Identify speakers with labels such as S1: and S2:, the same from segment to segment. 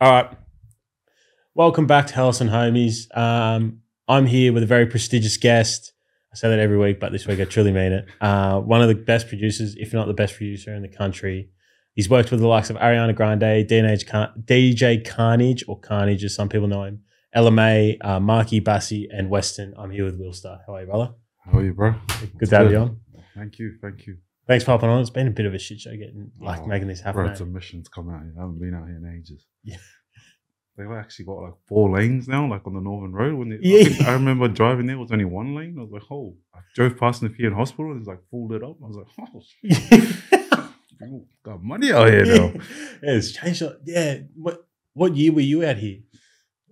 S1: All right. Welcome back to Hellas and Homies. Um, I'm here with a very prestigious guest. I say that every week, but this week I truly mean it. Uh, one of the best producers, if not the best producer in the country. He's worked with the likes of Ariana Grande, DNH Car- DJ Carnage, or Carnage as some people know him, LMA, uh, Marky Bassi, and Weston. I'm here with Will Star. How are you, brother?
S2: How are you, bro?
S1: Good to have you on.
S2: Thank you, thank you.
S1: Thanks for hopping on. It's been a bit of a shit show getting like
S2: Oh,
S1: making this happen.
S2: Bro,
S1: eh?
S2: submissions come out. here. I haven't been out here in ages.
S1: Yeah.
S2: They've actually got like four lanes now, like on the Northern Road. When they,
S1: Yeah.
S2: I, think- I remember driving there, it was only one lane. I was like, oh, I drove past Nepean Hospital and it's like full lit up. I was like, oh, people got money out here now.
S1: yeah, it's changed. a- Yeah. What what year were you out here?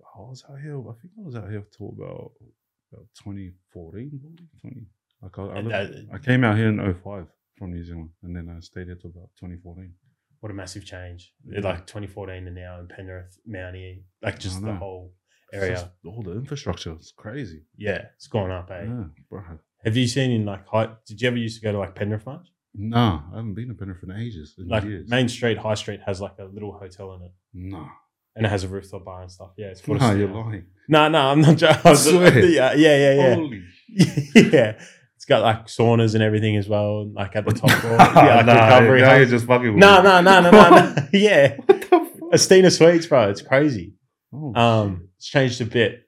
S2: I was out here, I think I was out here till about, about 2014, probably, 20. Like I, I,
S1: And uh,
S2: lived-
S1: that-
S2: I came out here in 05 from New Zealand and then I stayed here till about 2014.
S1: What a massive change. Like 2014 and now in Penrith, Mountie, like just
S2: I
S1: the
S2: know.
S1: whole
S2: Oh, It's
S1: area.
S2: just all the infrastructure. It's crazy.
S1: yeah, it's gone up, eh?
S2: Yeah, bro.
S1: Have you seen in like high did you ever used to go to like Penrith much?
S2: Nah, I haven't been to Penrith in ages. In
S1: Like
S2: years.
S1: Main Street, High Street has like a little hotel in it.
S2: nah.
S1: And it has a rooftop bar and stuff. Yeah, it's
S2: Nah,
S1: gorgeous now.
S2: you're lying.
S1: No, no, I'm not joking. I was-
S2: Swear.
S1: Yeah, yeah, yeah.
S2: Holy
S1: yeah. It's got like saunas and everything as well, and, like at the top floor. yeah, like
S2: nah,
S1: recovery.
S2: now
S1: hub.
S2: you're just fucking with
S1: No,
S2: me.
S1: no, no, no, no, no. Yeah.
S2: What the fuck?
S1: Astina Sweets, bro. It's crazy.
S2: Oh,
S1: Um, it's changed a bit.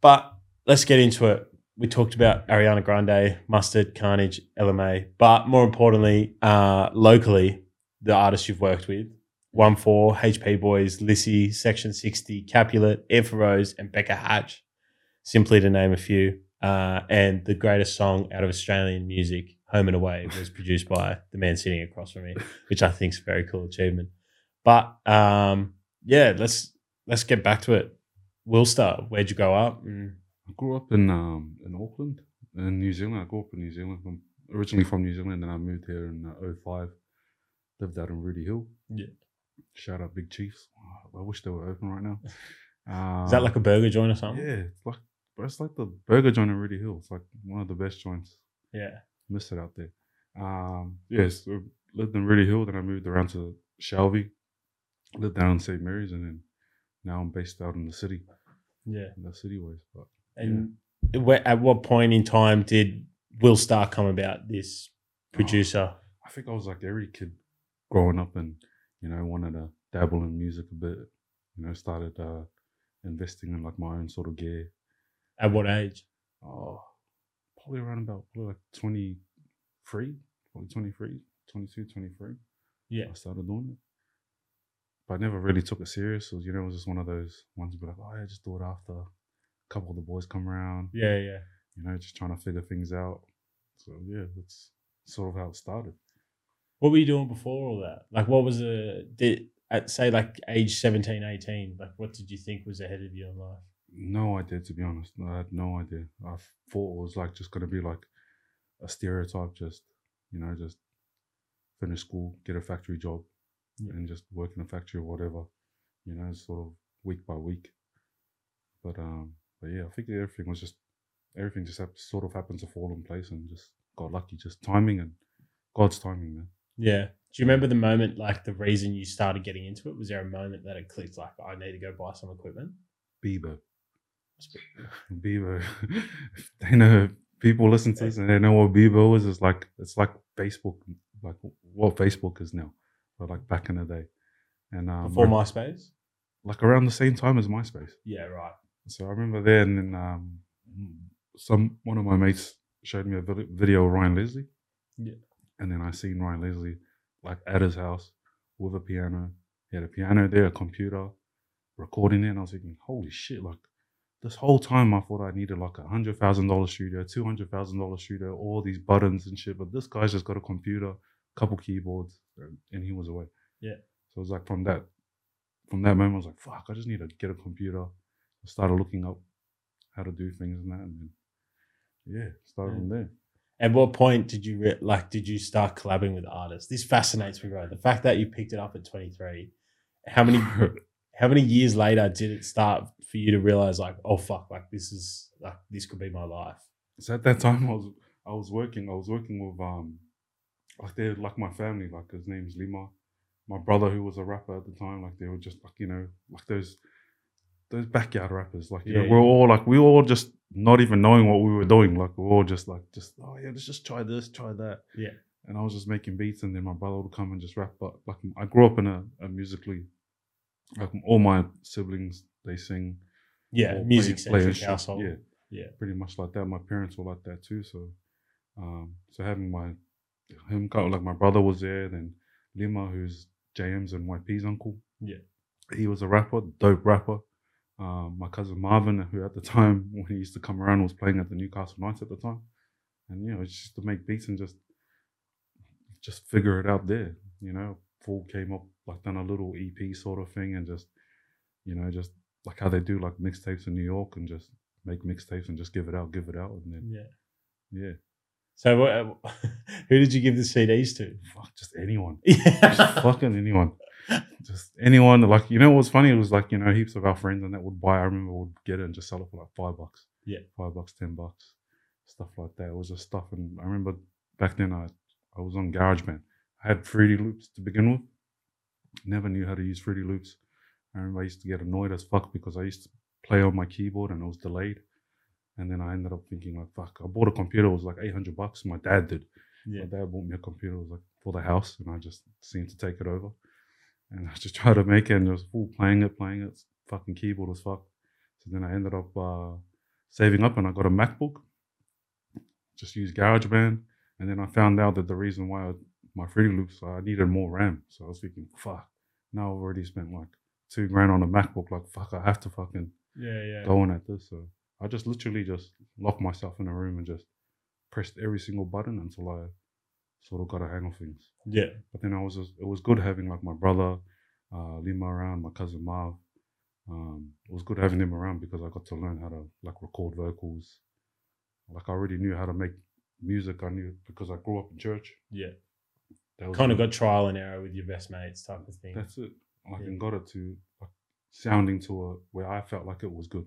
S1: But let's get into it. We talked about Ariana Grande, Mustard, Carnage, LMA. But more importantly, uh, locally, the artists you've worked with. 1-4, HP Boys, Lissy, Section 60, Capulet, Eva Rose, and Becca Hatch, simply to name a few. Uh, and the greatest song out of Australian music, Home and Away, was produced by the man sitting across from me, which I think is a very cool achievement. But um, yeah, let's let's get back to it. We'll start. Where'd you grow up? Mm.
S2: I grew up in um in Auckland, in New Zealand. I grew up in New Zealand. I'm originally from New Zealand, and I moved here in uh, 05. Lived out in Rudy Hill.
S1: Yeah.
S2: Shout out Big Chiefs. I wish they were open right now. Uh,
S1: Is that like a burger joint or something?
S2: Yeah, it's like bro, it's like the burger joint in Rudy Hill. It's like one of the best joints.
S1: Yeah.
S2: Miss it out there. Um, yes, so lived in Rudy Hill, then I moved around to Shelby, lived down in St. Mary's, and then now I'm based out in the city,
S1: Yeah.
S2: in the city ways. But
S1: And where, at what point in time did Will Star come about? This producer.
S2: I think I was like every kid growing up, and you know, wanted to dabble in music a bit. You know, started uh, investing in like my own sort of gear.
S1: At what age?
S2: Oh, probably around about probably like 23, probably 23, 22, 23.
S1: Yeah.
S2: I started doing it. But I never really took it serious. So, you know, it was just one of those ones where like, oh, yeah, just do it after. A couple of the boys come around,
S1: Yeah. Yeah.
S2: you know, just trying to figure things out. So, yeah, that's sort of how it started.
S1: What were you doing before all that? Like, what was the did at say like age 17, 18, Like, what did you think was ahead of you in life?
S2: No idea, to be honest. No, I had no idea. I thought it was like just going to be like a stereotype, just, you know, just finish school, get a factory job,
S1: Yeah.
S2: and just work in a factory or whatever, you know, sort of week by week. But, um, but yeah, I think everything was just, everything just hap- sort of happened to fall in place and just got lucky, just timing and God's timing, man.
S1: Yeah. Do you remember the moment, like the reason you started getting into it? Was there a moment that it clicked, like, I need to go buy some equipment?
S2: Bieber. Bieber. If they know if people listen to this and they know what Bieber is. It's like it's like Facebook, like what Facebook is now, but like back in the day, and um,
S1: Before MySpace?
S2: like around the same time as MySpace.
S1: Yeah, right.
S2: So I remember there, and then um, some one of my mates showed me a vid- video of Ryan Leslie.
S1: Yeah.
S2: And then I seen Ryan Leslie like at his house with a piano. He had a piano there, a computer, recording it, and I was thinking, holy shit! Like this whole time, I thought I needed like a hundred thousand dollar studio, two hundred thousand dollar studio, all these buttons and shit. But this guy's just got a computer, couple keyboards, and, and he was away.
S1: Yeah.
S2: So it was like from that, from that moment, I was like, fuck! I just need to get a computer. I started looking up how to do things and that, and then, yeah, started from there.
S1: At what point did you re- like? Did you start collabing with artists? This fascinates me, bro. The fact that you picked it up at 23. How many how many years later did it start for you to realize, like, oh fuck, like this is like this could be my life?
S2: So at that time, I was I was working. I was working with um, like they like my family. Like his name's Lima, my brother who was a rapper at the time, like they were just like you know like those those backyard rappers. Like you
S1: Yeah,
S2: know,
S1: yeah.
S2: we're all like we were all just not even knowing what we were doing. Like we we're all just like just oh yeah, let's just try this, try that.
S1: Yeah.
S2: And I was just making beats, and then my brother would come and just rap. But like I grew up in a, a musically, like all my siblings they sing
S1: Yeah,
S2: or
S1: music
S2: play- play
S1: centric
S2: instru-
S1: household.
S2: Yeah,
S1: Yeah.
S2: pretty much like that. My parents were like that too. So, um, so having my him kind of like my brother was there. Then Lima, who's JM's and YP's uncle.
S1: Yeah.
S2: he was a rapper, dope rapper. Um, my cousin Marvin, who at the time when he used to come around was playing at the Newcastle Knights at the time, and you know it's just to make beats and just just figure it out there. You know, Paul came up like done a little EP sort of thing and just you know just like how they do like mixtapes in New York and just make mixtapes and just give it out, give it out, and then
S1: Yeah.
S2: yeah,
S1: So, what, uh, who did you give the CDs to?
S2: fuck, just anyone, just
S1: Yeah.
S2: fucking anyone, just anyone. Like you know what's funny? It was like you know heaps of our friends and that would buy. I remember would get it and just sell it for like five bucks,
S1: Yeah.
S2: five bucks, ten bucks, stuff like that. It was just stuff, and I remember back then I I was on GarageBand. I had Fruity Loops to begin with. Never knew how to use Fruity Loops. I remember I used to get annoyed as fuck because I used to play on my keyboard and it was delayed. And then I ended up thinking like, fuck, I bought a computer. It was like 800 bucks. My dad did.
S1: Yeah.
S2: My dad bought me a computer. It was like for the house and I just seemed to take it over. And I just tried to make it and just full playing it, playing it. Fucking keyboard as fuck. So then I ended up uh, saving up and I got a MacBook. Just used GarageBand. And then I found out that the reason why I, my Fruity Loops, I needed more RAM. So I was thinking, fuck, now I've already spent like two grand on a MacBook. Like, fuck, I have to fucking
S1: Yeah, yeah.
S2: go on at this. So I just literally just locked myself in a room and just pressed every single button until I sort of got a hang of things.
S1: Yeah.
S2: But then I was just, it was good having like my brother, uh, Lima around, my cousin Marv. Um, it was good having them around because I got to learn how to like record vocals. Like I already knew how to make music. I knew because I grew up in church.
S1: Yeah.
S2: That was
S1: Kind of
S2: my-
S1: got trial and error with your best mates type of thing.
S2: that's it. Like
S1: Yeah.
S2: and got it to like, sounding to a where I felt like it was good.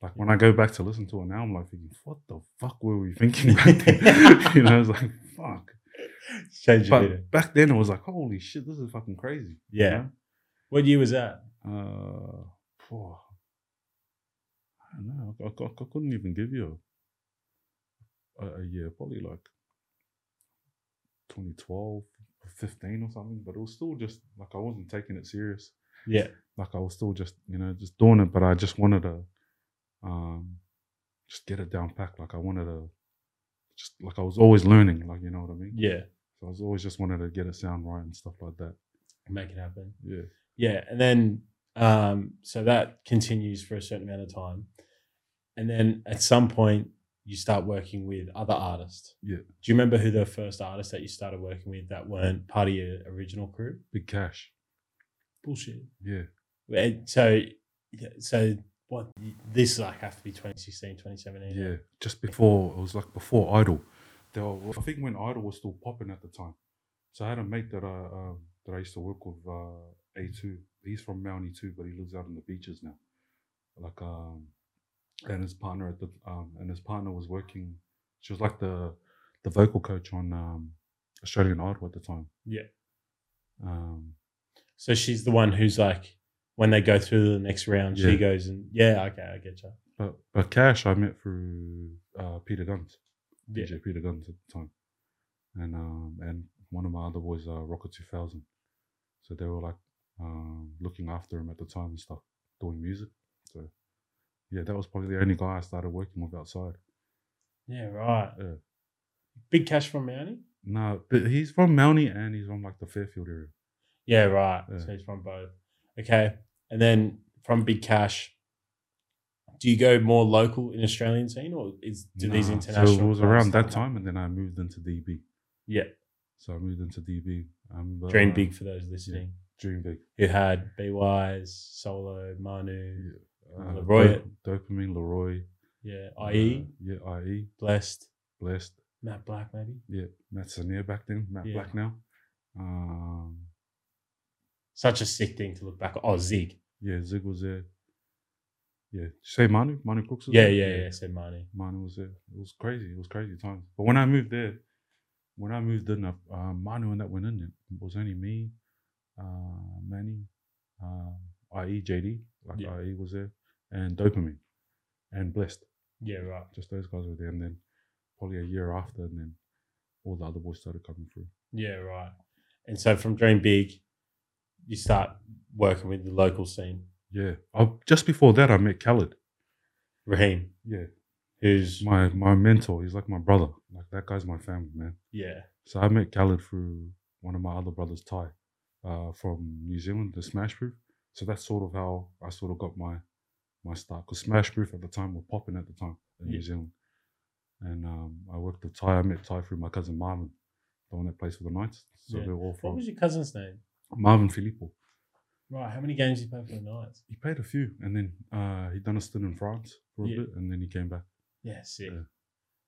S2: Like when I go back to listen to it now, I'm like thinking, what the fuck were we thinking back then? you know, it's like fuck.
S1: Change your leader.
S2: But back then it was like, holy shit, this is fucking crazy. you
S1: Yeah. What year was that?
S2: know? Uh, phew. I don't know. I, I, I couldn't even give you a, a, a year, probably like 2012, 15 or something. But it was still just like I wasn't taking it serious.
S1: Yeah.
S2: like I was still just you know just doing it, but I just wanted to um just get it down packed. Like I wanted to just like I was always learning, like you know what I mean.
S1: Yeah.
S2: So I was always just wanted to get it sound right and stuff like that.
S1: Make it happen.
S2: Yeah,
S1: Yeah. And then, um, so that continues for a certain amount of time. And then at some point, you start working with other artists.
S2: Yeah.
S1: Do you remember who the first artists that you started working with that weren't part of your original crew?
S2: big cash.
S1: Bullshit.
S2: Yeah,
S1: And so, yeah, so what this like have to be 2016, 2017.
S2: yeah. Just before it was like before Idol. They were, I think when Idol was still popping at the time. So I had a mate that I um, that I used to work with, uh, A2. He's from Mountie too, but he lives out on the beaches now. Like um, and his partner at the um, and his partner was working. She was like the the vocal coach on um, Australian Idol at the time.
S1: Yeah.
S2: Um,
S1: So she's the one who's like, when they go through the next round,
S2: Yeah.
S1: she goes and yeah, okay, I get you.
S2: but but Cash I met through uh, Peter Guns.
S1: Yeah.
S2: DJ Peter Guns at the time, and um, and one of my other boys, uh, Rocket Two Thousand. So they were like um, looking after him at the time and stuff, doing music. So yeah, that was probably the only guy I started working with outside.
S1: Yeah, right.
S2: Yeah.
S1: Big cash from Mountie?
S2: No, but he's from Mountie and he's from like the Fairfield area.
S1: Yeah, right.
S2: Yeah.
S1: So he's from both. Okay. And then from Big Cash, do you go more local in Australian scene or is do these
S2: Nah,
S1: international?
S2: So it was
S1: clubs
S2: around
S1: start
S2: that
S1: up?
S2: time, and then I moved into DB.
S1: Yeah.
S2: So I moved into DB. I'm, uh,
S1: Dream Big for those listening
S2: Dream big.
S1: who had BYs, Solo, Manu,
S2: Uh,
S1: Leroy. E.
S2: Dop- dopamine, Leroy.
S1: yeah,
S2: uh,
S1: IE,
S2: yeah, IE.
S1: Blessed,
S2: Blessed.
S1: Matt Black, maybe.
S2: Yeah, Matt Sanier back then, Matt
S1: Yeah.
S2: Black now. Um,
S1: Such a sick thing to look back. Oh, Zig.
S2: yeah, Zig was there. Yeah, did you say Manu? Manu Crooks was
S1: Yeah,
S2: there?
S1: yeah, yeah. So Manu.
S2: Manu was there. It was crazy. It was crazy times. But when I um, moved there, when I moved in, uh, Manu and that went in, it was only me, uh, Manny, um, IE JD, like
S1: Yeah.
S2: IE was there, and Dopamine, and Blessed.
S1: Yeah, right.
S2: Just those guys were there, and then probably a year after, and then all the other boys started coming through.
S1: Yeah, right. And so from Dream Big, you start working with the local scene.
S2: Yeah, I, just before that, I met Khaled.
S1: Raheem,
S2: Yeah,
S1: who's
S2: my my mentor. He's like my brother. Like that guy's my family, man.
S1: yeah,
S2: So I met Khaled through one of my other brothers, Ty, uh, from New Zealand, the Smash Proof. So that's sort of how I sort of got my my start. Because Smash Proof at the time were popping at the time in New
S1: Yeah.
S2: Zealand. And um, I worked with Ty. I met Ty through my cousin Marvin, the one that plays for the Knights. So
S1: Yeah.
S2: they're all
S1: What
S2: from
S1: was your cousin's name?
S2: Marvin Filippo.
S1: Right. How many games did you play for the Knights?
S2: He played a few, and then uh, he done a stint in France for a
S1: Yeah.
S2: bit, and then he came back.
S1: Yeah, sick.
S2: Yeah.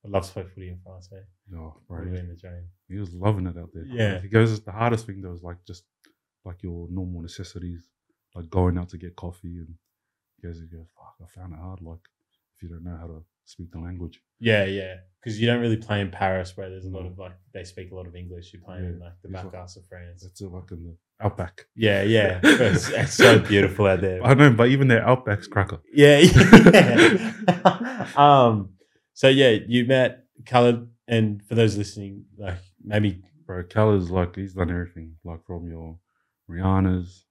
S1: I'd love to play footy in France, eh?
S2: Oh, bro,
S1: Right.
S2: he was
S1: in the dream.
S2: he was loving it out there.
S1: Yeah.
S2: He goes, the hardest thing though is like just like your normal necessities, like going out to get coffee. And he goes, he goes, fuck, I found it hard. Like if you don't know how to speak the language.
S1: Yeah, yeah. Because you don't really play in Paris where there's a lot of like they speak a lot of English. You're playing in like the
S2: He's
S1: back
S2: like-
S1: ass of France.
S2: That's it, like in the outback.
S1: Yeah, yeah. it's, it's so beautiful out there.
S2: I know, but even their outback's cracker.
S1: Yeah. yeah. um. So yeah, you met Khaled, and for those listening, like maybe
S2: Bro, Cal is like, he's done everything, like from your Rihanna's.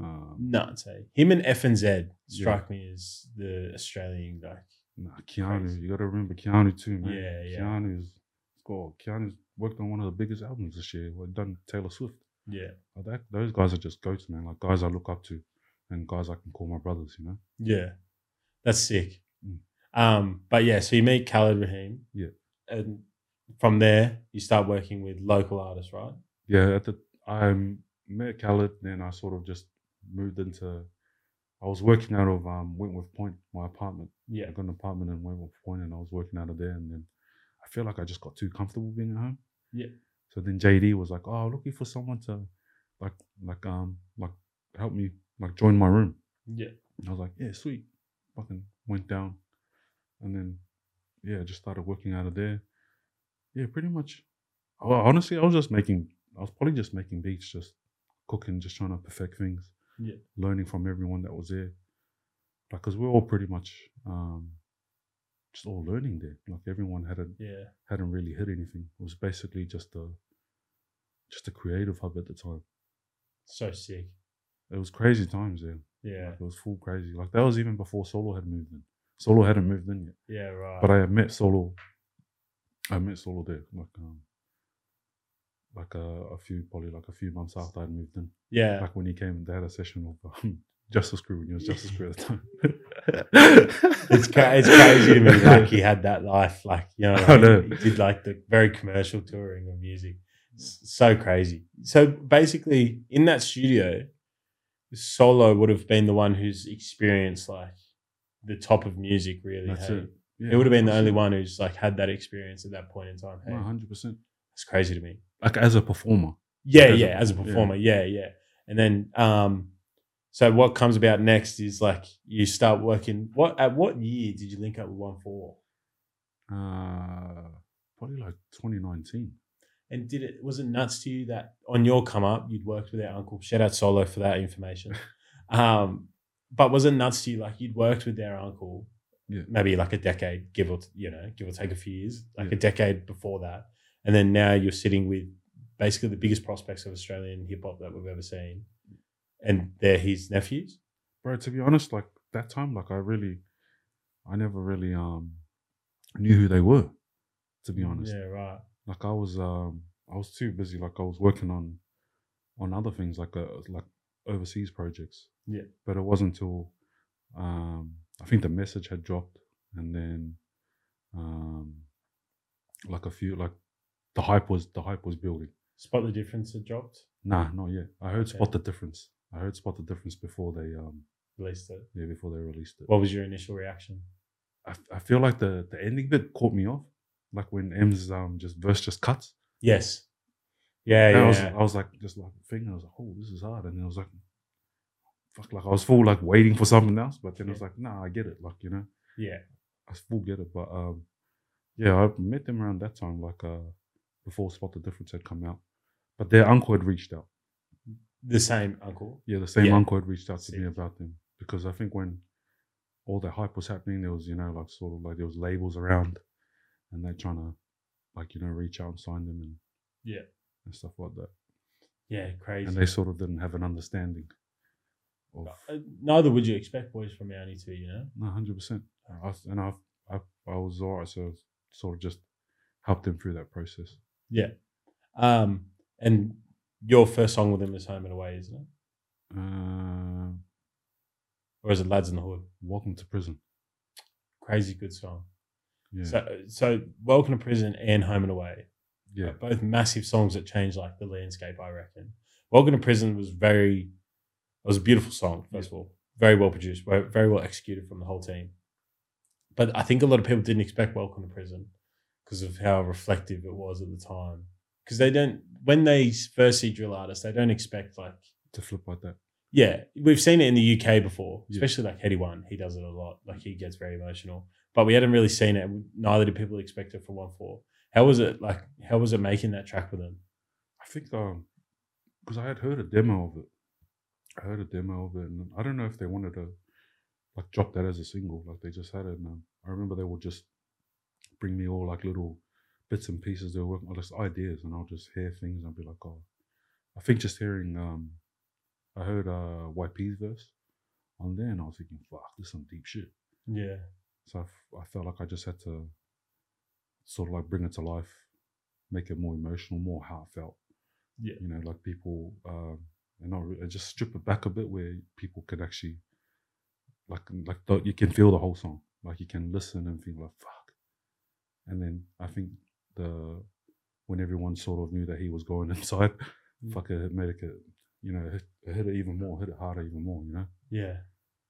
S2: Um,
S1: nuts. Eh? Him and F and Z strike me as the Australian like
S2: Nah, Keanu.
S1: Crazy.
S2: You got to remember Keanu too, man.
S1: Yeah, yeah.
S2: Keanu's, God, Keanu's worked on one of the biggest albums this year. Well, done Taylor Swift.
S1: Yeah.
S2: Like Oh, that, those guys are just goats, man. Like guys I look up to, and guys I can call my brothers. You know.
S1: Yeah. That's sick.
S2: Mm.
S1: Um. But yeah, so you meet Khaled Rahim.
S2: Yeah.
S1: And from there, you start working with local artists, right?
S2: Yeah. At the I met Khaled, then I sort of just moved into. I was working out of um, Wentworth Point, my apartment.
S1: Yeah.
S2: I got an apartment in Wentworth Point, and I was working out of there. And then I feel like I just got too comfortable being at home.
S1: Yeah.
S2: So then JD was like, "Oh, looking for someone to, like, like um, like help me, like join my room."
S1: Yeah.
S2: And I was like, yeah, sweet. Fucking went down. And then, yeah, just started working out of there. Yeah, pretty much. Well, honestly, I was just making, I was probably just making beats, just cooking, just trying to perfect things.
S1: Yeah.
S2: Learning from everyone that was there. Like, because we're all pretty much um, just all learning there. Like, everyone hadn't,
S1: Yeah.
S2: hadn't really hit anything. It was basically just a, just a creative hub at the time.
S1: So sick.
S2: It was crazy times there.
S1: Yeah.
S2: Like, it was full crazy. Like that was even before Solo had moved in. Solo hadn't moved in yet,
S1: Yeah. Right.
S2: but I had met Solo. I met Solo there, like um, like uh, a, a few probably like a few months after I'd moved in.
S1: yeah.
S2: Like when he came, they had a session of um, Justice Crew when he was Justice Crew at the time. it's
S1: It's, ca- it's crazy to me. Like he had that life, like you know,
S2: I know.
S1: he did like the very commercial touring of music. S- So crazy. So basically, in that studio, Solo would have been the one who's experienced like the top of music. Really,
S2: That's
S1: hey?
S2: it.
S1: It would have been the only one who's like had that experience at that point in time. Hey,
S2: One hundred percent.
S1: it's crazy to me.
S2: Like as a performer,
S1: Yeah,
S2: As a-
S1: yeah, as a
S2: yeah.
S1: performer. Yeah. yeah, And then um so what comes about next is like you start working what at what year did you link up with one four?
S2: uh, probably like twenty nineteen.
S1: And did it was it nuts to you that on your come up you'd worked with our uncle? Shout out Solo for that information. um but was it nuts to you like you'd worked with their uncle
S2: Yeah.
S1: maybe like a decade, give or t- you know, give or take a few years, like
S2: Yeah.
S1: a decade before that. And then now you're sitting with basically the biggest prospects of Australian hip hop that we've ever seen. And they're his nephews.
S2: bro to be honest like that time like i really i never really um knew who they were to be honest
S1: Yeah, right.
S2: like i was um i was too busy like i was working on on other things like uh, like overseas projects
S1: Yeah.
S2: but it wasn't until um i think the message had dropped and then um like a few like the hype was the hype was building
S1: Spot the difference had dropped,
S2: nah not yet i heard
S1: Okay.
S2: spot the difference i heard spot the difference before they um
S1: released it.
S2: yeah before they released it
S1: What was your initial reaction?
S2: I, I feel like the the ending bit caught me off, like when M's um just verse just cuts.
S1: Yes. Yeah,
S2: And I was
S1: yeah.
S2: I was like just like thinking I was like, oh, this is hard, and then I was like, fuck, like I was full like waiting for something else, but then I was like, nah, I get it, like you know,
S1: yeah.
S2: I full get it, but um, yeah, I met them around that time, like uh, before Spot the Difference had come out, but their uncle had reached out,
S1: the same uncle.
S2: Yeah, the same
S1: Yeah.
S2: uncle had reached out to me
S1: Sick.
S2: about them because I think when all the hype was happening, there was you know like sort of like there was labels around, and they're trying to like you know reach out and sign them and
S1: Yeah.
S2: and stuff like that.
S1: Yeah, crazy.
S2: And they sort of didn't have an understanding. Of,
S1: Uh, Neither would you expect boys from Mountie to, you know?
S2: no, hundred percent. And I, I, I was alright, so sort of just helped them through that process.
S1: Um, and your first song with them is Home and Away, isn't it?
S2: Uh,
S1: Or is it Lads in the Hood?
S2: welcome to prison.
S1: Crazy good song.
S2: Yeah,
S1: So, so Welcome to Prison and Home and Away,
S2: yeah,
S1: are both massive songs that changed like the landscape, I reckon. Welcome to Prison was very, it was a beautiful song, first of all. Very well produced, ve- very well executed from the whole team. But I think a lot of people didn't expect Welcome to Prison because of how reflective it was at the time. Because they don't, when they first see drill artists, they don't expect like
S2: to flip like that.
S1: yeah, we've seen it in the UK before,
S2: Yeah.
S1: especially like Heady One. He does it a lot. Like he gets very emotional, but we hadn't really seen it. Neither did people expect it from One Four. How was it like? How was it making that track with them?
S2: I think um, because I had heard a demo of it. I heard a demo of it, and I don't know if they wanted to like drop that as a single. Like they just had it, and um, I remember they would just bring me all like little bits and pieces they were working on, just ideas, and I'll just hear things and I'll be like, oh, I think just hearing um, I heard uh YP's verse on there, and I was thinking, fuck, this is some deep shit.
S1: Yeah,
S2: So I, f- I felt like I just had to sort of like bring it to life, make it more emotional, more heartfelt.
S1: Yeah.
S2: You know, like people, um, and not re- just strip it back a bit where people can actually, like, like the, you can feel the whole song. Like you can listen and think like, fuck. And then I think the, when everyone sort of knew that he was going inside,
S1: Mm.
S2: fuck it, it made it, you know, it, it hit it even more, hit it harder even more, you know?
S1: yeah,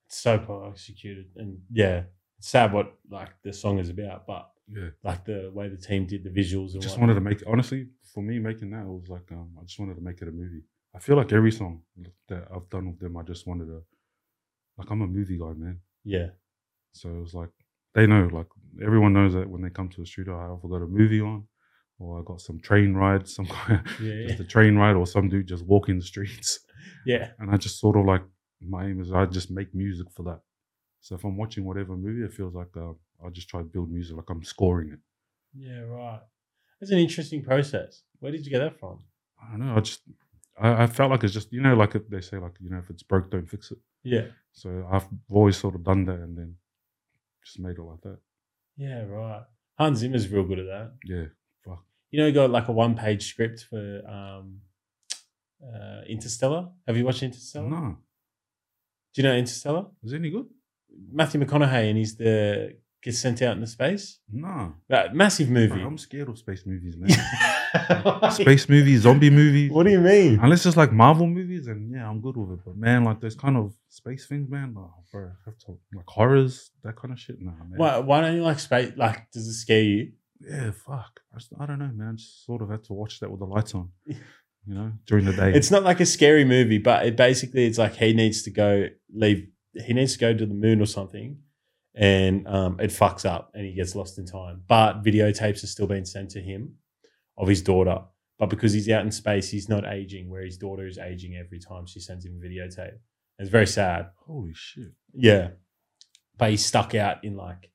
S1: it's so well executed, and yeah, it's sad what like the song is about, but
S2: Yeah.
S1: like the way the team did the visuals and
S2: just
S1: whatnot.
S2: wanted to make honestly for me making that it was like um, I just wanted to make it a movie. I feel like every song that I've done with them, I just wanted to like I'm a movie guy, man.
S1: yeah,
S2: So it was like they know, like everyone knows that when they come to the studio, I either got a movie on, or I got some train ride, some kind
S1: yeah, yeah,
S2: just a train ride, or some dude just walking the streets.
S1: yeah,
S2: And I just sort of like my aim is I just make music for that. So if I'm watching whatever movie, it feels like uh, I just try to build music, like I'm scoring it.
S1: yeah. Right, that's an interesting process. Where did you get that from?
S2: I don't know. I just I, I felt like it's just you know like if they say like you know if it's broke don't fix it.
S1: Yeah,
S2: So I've always sort of done that and then just made it like that.
S1: yeah, right. Hans Zimmer's real good at that.
S2: Yeah,
S1: You know, you got like a one page script for um, uh, Interstellar. Have you watched Interstellar?
S2: no,
S1: Do you know Interstellar?
S2: is it any good?
S1: Matthew McConaughey and he's the gets sent out into space.
S2: No,
S1: That massive
S2: Bro,
S1: movie.
S2: I'm scared of space movies, man. space movies, zombie movies.
S1: What do you mean?
S2: Unless it's like Marvel movies, and yeah, I'm good with it. But man, like those kind of space things, man, oh, bro, I have to like horrors, that kind of shit. Nah, man.
S1: Why, why don't you like space? Like, does it scare you?
S2: Yeah, fuck. I, just, I don't know, man. I just sort of had to watch that with the lights on, you know, during the day.
S1: It's not like a scary movie, but it basically it's like he needs to go leave. He needs to go to the moon or something, and um, it fucks up, and he gets lost in time. But videotapes are still being sent to him of his daughter. But because he's out in space, he's not aging. Where his daughter is aging every time she sends him a videotape. It's very sad.
S2: Holy shit.
S1: Yeah. But he's stuck out in like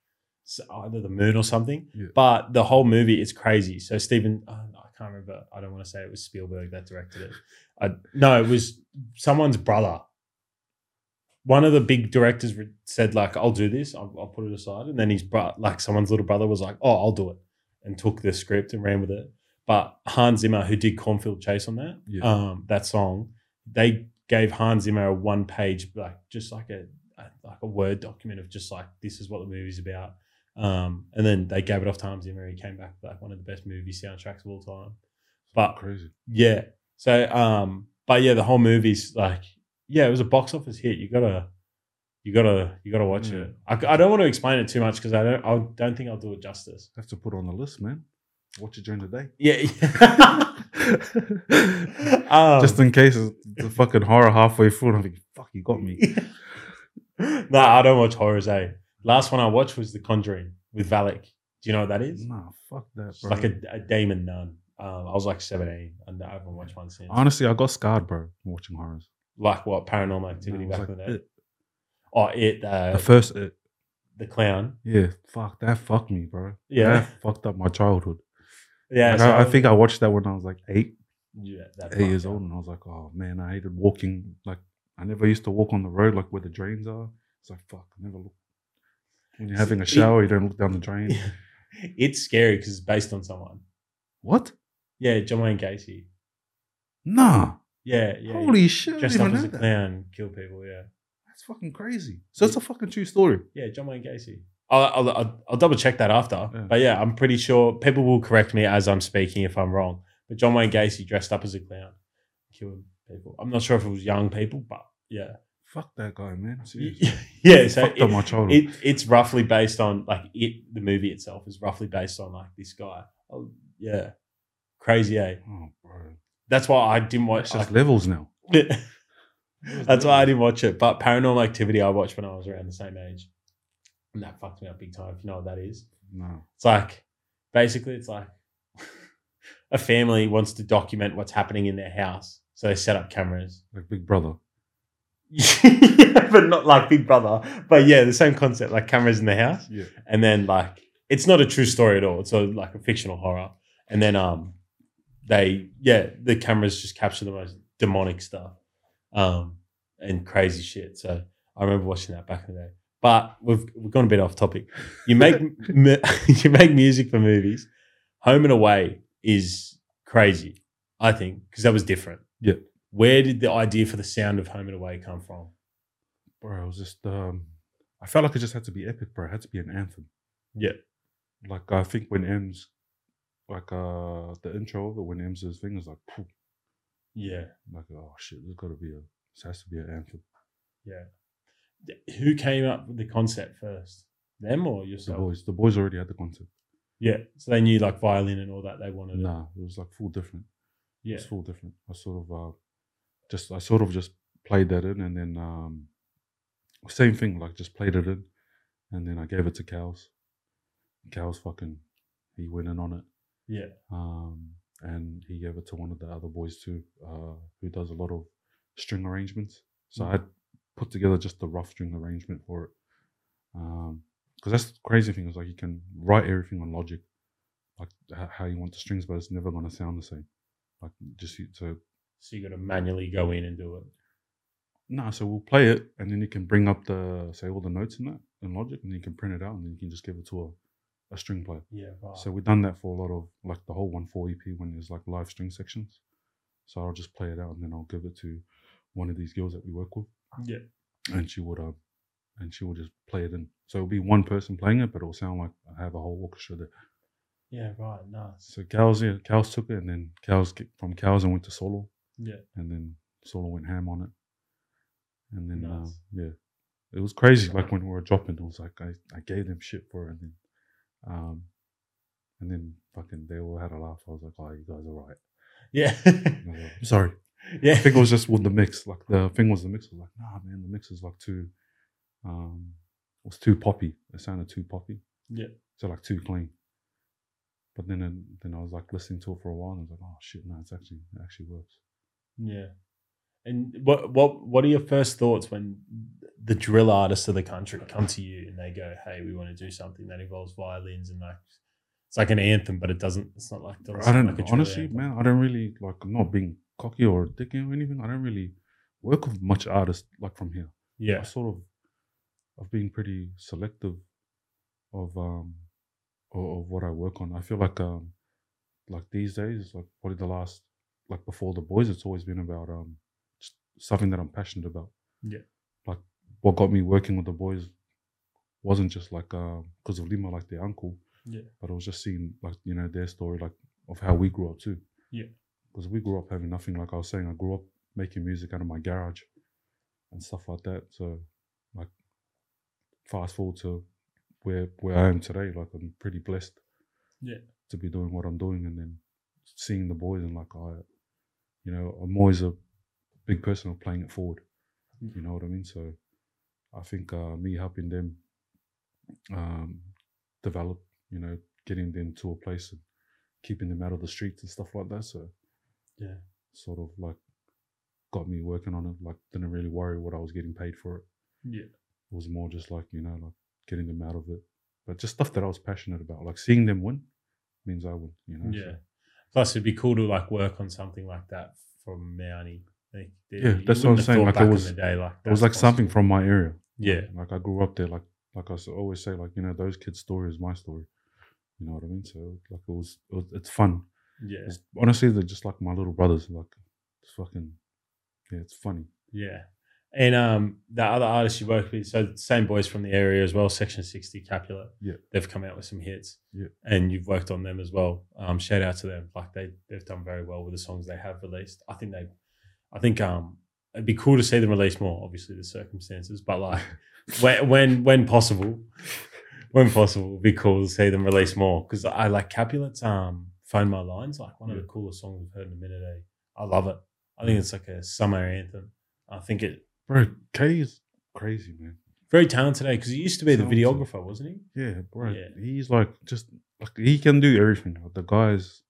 S1: s- either the moon or something.
S2: Yeah.
S1: But the whole movie is crazy. So Stephen, uh, I can't remember. I don't want to say it was Spielberg that directed it. I, no, it was someone's brother. One of the big directors re- said like, "I'll do this. I'll, I'll put it aside." And then his bro, like someone's little brother, was like, "Oh, I'll do it," and took the script and ran with it. But Hans Zimmer, who did Cornfield Chase on that,
S2: Yeah.
S1: um, that song, they gave Hans Zimmer a one-page like just like a a- like a word document of just like this is what the movie's about. Um, and then they gave it off to Hans Zimmer. He came back with like one of the best movie soundtracks of all time. But
S2: crazy.
S1: yeah, so um, but yeah, the whole movie's like yeah, it was a box office hit. You gotta, you gotta, you gotta watch
S2: Yeah.
S1: it. I, I don't want to explain it too much because I don't, I don't think I'll do it justice.
S2: Have to put on the list, man. Watch it during the day.
S1: Yeah. um,
S2: Just in case it's the fucking horror halfway through, and I'm like, fuck, you got me.
S1: no, I don't watch horrors. Eh. Last one I
S2: Mm,
S1: watched was The Conjuring with Valak. Do you know what that is?
S2: nah, fuck that,
S1: It's
S2: bro.
S1: like a, a demon nun. Um, I was like 17 and I haven't watched one since.
S2: Honestly, I got scarred, bro, watching horrors.
S1: Like what? Paranormal activity
S2: It was
S1: back in
S2: like
S1: the day.
S2: it.
S1: Oh, it, uh,
S2: The first, it,
S1: the clown.
S2: yeah, fuck, that fucked me, bro.
S1: Yeah.
S2: That fucked up my childhood.
S1: Yeah.
S2: Like, I, I think I watched that when I was like eight,
S1: yeah, that
S2: eight years
S1: fucked
S2: old,
S1: up.
S2: and I was like, oh man, I hated walking. Like, I never used to walk on the road, like where the drains are. It's like, fuck, I never look. When you're having a shower, you don't look down the drain.
S1: it's scary because it's based on someone.
S2: What?
S1: Yeah, John Wayne Gacy.
S2: Nah.
S1: Yeah, yeah.
S2: Holy shit. I didn't
S1: dressed up
S2: even
S1: as
S2: know
S1: a
S2: that.
S1: clown, kill people. Yeah,
S2: That's fucking crazy. So it's a fucking true story.
S1: yeah. John Wayne Gacy. I'll, I'll, I'll, I'll double check that after.
S2: Yeah.
S1: But yeah, I'm pretty sure people will correct me as I'm speaking if I'm wrong. But John Wayne Gacy dressed up as a clown, killed people. I'm not sure if it was young people, but yeah,
S2: Fuck that guy, man. Seriously.
S1: yeah. So
S2: fucked up
S1: it,
S2: my childhood.
S1: it, it's roughly based on like it. The movie itself is roughly based on like this guy. Oh, yeah, crazy. Eh?
S2: oh, bro.
S1: That's why I didn't watch.
S2: It's just
S1: like-
S2: levels now.
S1: That's why I didn't watch it. But Paranormal Activity, I watched when I was around the same age, and that fucked me up big time. If you know what that is,
S2: No.
S1: it's like basically it's like a family wants to document what's happening in their house, so they set up cameras.
S2: Like Big Brother.
S1: yeah, but not like Big Brother. But yeah, the same concept, like cameras in the house,
S2: Yeah.
S1: and then like it's not a true story at all. It's a, like a fictional horror, and then um, they yeah, the cameras just capture the most demonic stuff, um, and crazy shit. So I remember watching that back in the day. But we've we've gone a bit off topic. You make mu- you make music for movies. Home and Away is crazy, I think, because that was different.
S2: Yeah.
S1: Where did the idea for the sound of Home and Away come from?
S2: Bro, it was just um I felt like it just had to be epic, bro. It had to be an anthem.
S1: Yeah.
S2: Like I think when M's like uh the intro of it when M's his fingers like poof,
S1: Yeah,
S2: like oh shit, there's gotta be a this has to be an anthem.
S1: who came up with the concept first? Them or
S2: The
S1: yourself?
S2: boys the boys already had the concept.
S1: Yeah, so they knew like violin and all that they wanted. it.
S2: Nah, it was like full different.
S1: Yeah,
S2: It's full different. I sort of uh, just I sort of just played that in, and then um, same thing. Like just played it in, and then I gave it to Cows. Cows fucking, he went in on it.
S1: Yeah.
S2: Um, and he gave it to one of the other boys too, uh, who does a lot of string arrangements. So I put together just the rough string arrangement for it. Um, because that's the crazy thing is like you can write everything on Logic, like h- how you want the strings, but it's never gonna sound the same like just you- so
S1: so you got to manually go in and do it.
S2: no so we'll play it and then you can bring up the say all the notes in that in logic and then you can print it out and then you can just give it to a, a string player
S1: Yeah, right.
S2: so we've done that for a lot of like the whole 1.4 ep when there's like live string sections so i'll just play it out and then i'll give it to one of these girls that we work with
S1: yeah,
S2: and she would um and she will just play it in so it'll be one person playing it but it'll sound like i have a whole orchestra there
S1: yeah, right. Nice.
S2: so cows yeah cows took it and then cows from cows and went to solo
S1: Yeah,
S2: and then Solo went ham on it. And then uh,
S1: Nice.
S2: yeah, it was crazy. Like when we were dropping, it was like I, I gave them shit for it, and then um, and then fucking they all had a laugh. I was like, oh, you guys are right.
S1: yeah,
S2: And I was like, "I'm sorry, I
S1: yeah.
S2: think it was just with the mix. Like the thing was the mix was like, nah, man, the mix was like too, um, it was too poppy. It sounded too poppy.
S1: Yeah.
S2: So like too clean. But then it- then I was like listening to it for a while, and I was like, oh shit, no, it's actually it actually works.
S1: Yeah. And what what what are your first thoughts when the drill artists of the country come to you and they go, "Hey, we want to do something that involves violins and like it's like an anthem, but it doesn't. It's not like doesn't
S2: I don't
S1: sound like a
S2: know.
S1: drill
S2: Honestly,
S1: anthem.
S2: man, I don't really like I'm not being cocky or dicky or anything. I don't really work with much artists like from here. I
S1: Yeah,
S2: sort of I've been pretty selective of um of, of what I work on. I feel like um like these days, like probably the last like before the boys, it's always been about um just something that I'm passionate about.
S1: Yeah.
S2: Like what got me working with the boys wasn't just like because of Lima, like their uncle.
S1: Yeah.
S2: But I was just seeing like you know their story, like of how we grew up too.
S1: Yeah.
S2: Because we grew up having nothing. Like I was saying, I grew up making music out of my garage and stuff like that. So like fast forward to where where I am today, like I'm pretty blessed.
S1: Yeah.
S2: To be doing what I'm doing and then seeing the boys and like I, you know, I'm always a big person of playing it forward. You know what I mean? So I think uh, me helping them um, develop, you know, getting them to a place and keeping them out of the streets and stuff like that. So
S1: Yeah.
S2: sort of like got me working on it. Like didn't really worry what I was getting paid for it.
S1: Yeah.
S2: It was more just like you know like getting them out of it, but just stuff that I was passionate about. Like seeing them win means I win. You know. so-
S1: Yeah. Plus, it'd be cool to like work on something like that from Mountie. Like, there-
S2: Yeah,
S1: you
S2: that's what I'm
S1: wouldn't have
S2: saying,
S1: thought
S2: like, it
S1: back in
S2: was-
S1: the day, like
S2: it
S1: that's
S2: was like
S1: possible.
S2: something from my area.
S1: Yeah,
S2: Like I grew up there. Like like I s- always say, like you know, those kids' story is my story. You know what I mean? So like it was, it was it's fun.
S1: yeah,
S2: It's, honestly, they're just like my little brothers. Like it's fucking, yeah, it's funny.
S1: yeah. And um, the other artists you work with, so the same boys from the area as well, Section Sixty Capulet.
S2: Yeah.
S1: they've come out with some hits.
S2: Yeah.
S1: and you've worked on them as well. Um, shout out to them. Like they they've done very well with the songs they have released. I think they, I think um, it'd be cool to see them release more. Obviously, the circumstances, but like when when when possible, when possible, it'd be cool to see them release more because I like Capulet's um "Phone My Lines," like one of the coolest songs I've heard in a minute. Eh? I love it. I think it's like a summer anthem. I think it
S2: Bro, Katie is crazy, man.
S1: very talented because he used to be the
S2: Talented.
S1: videographer, wasn't he?
S2: Yeah, bro.
S1: Yeah.
S2: He's like just like he can do everything. Like the guy is,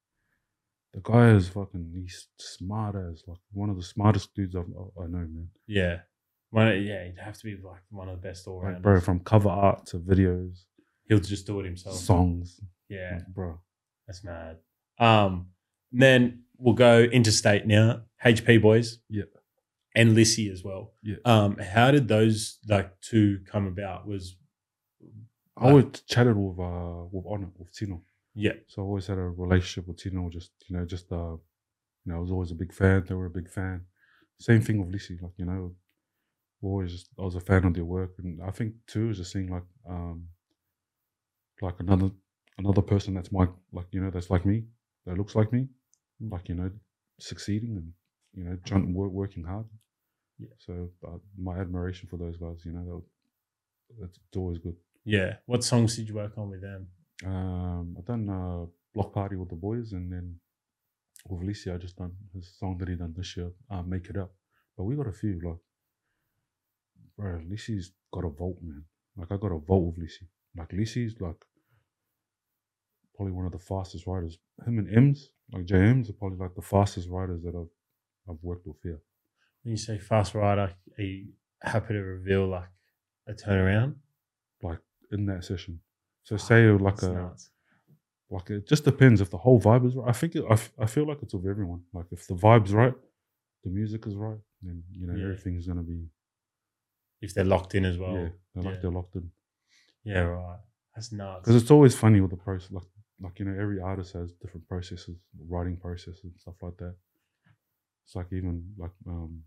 S2: the guy is fucking. He's smart as like one of the smartest dudes I've, I I know, man.
S1: Yeah, one, of- yeah, he'd have to be like one of the best all
S2: Like, bro,
S1: rounders.
S2: from cover art to videos,
S1: He'll just do it himself.
S2: songs,
S1: Yeah,
S2: like, bro.
S1: that's mad. Um, and then we'll go interstate now. HP boys.
S2: Yeah.
S1: And Lissy as well.
S2: Yeah.
S1: Um, how did those like two come about? Was
S2: I always chatted with uh with Honor with Tino.
S1: yeah,
S2: So I always had a relationship with Tino, just you know, just uh you know, I was always a big fan, they were a big fan. Same thing with Lissy, like, you know, always just I was a fan of their work and I think too is just seeing like um like another another person that's my like, you know, that's like me, that looks like me,
S1: Mm.
S2: like, you know, succeeding and you know, trying work, working hard.
S1: Yeah.
S2: So uh, my admiration for those guys, you know, they'll- that's it's always good.
S1: yeah. What songs did you work on with them?
S2: Um, I've done a block party with the boys, and then with Lisi, I just done his song that he done this year, uh, "Make It Up." But we got a few like, bro. Lisi's got a vault, man. Like I got a vault with Lisi. Like Lisi's like probably one of the fastest riders. Him and M's, like JM's, are probably like the fastest riders that I've I've worked with here.
S1: When you say fast rider, are you happy to reveal like a turnaround?
S2: In that session, so say like
S1: It's
S2: a.
S1: nuts.
S2: like it just depends if the whole vibe is right. I think it, I, f- I feel like it's with everyone. Like if the vibe's right, the music is right, then you know
S1: Yeah.
S2: everything's gonna be
S1: if they're locked in as well.
S2: yeah. They're
S1: yeah.
S2: like they're locked in
S1: Yeah, right. That's nuts.
S2: because it's always funny with the process. Like like you know every artist has different processes, writing processes and stuff like that. It's like even like um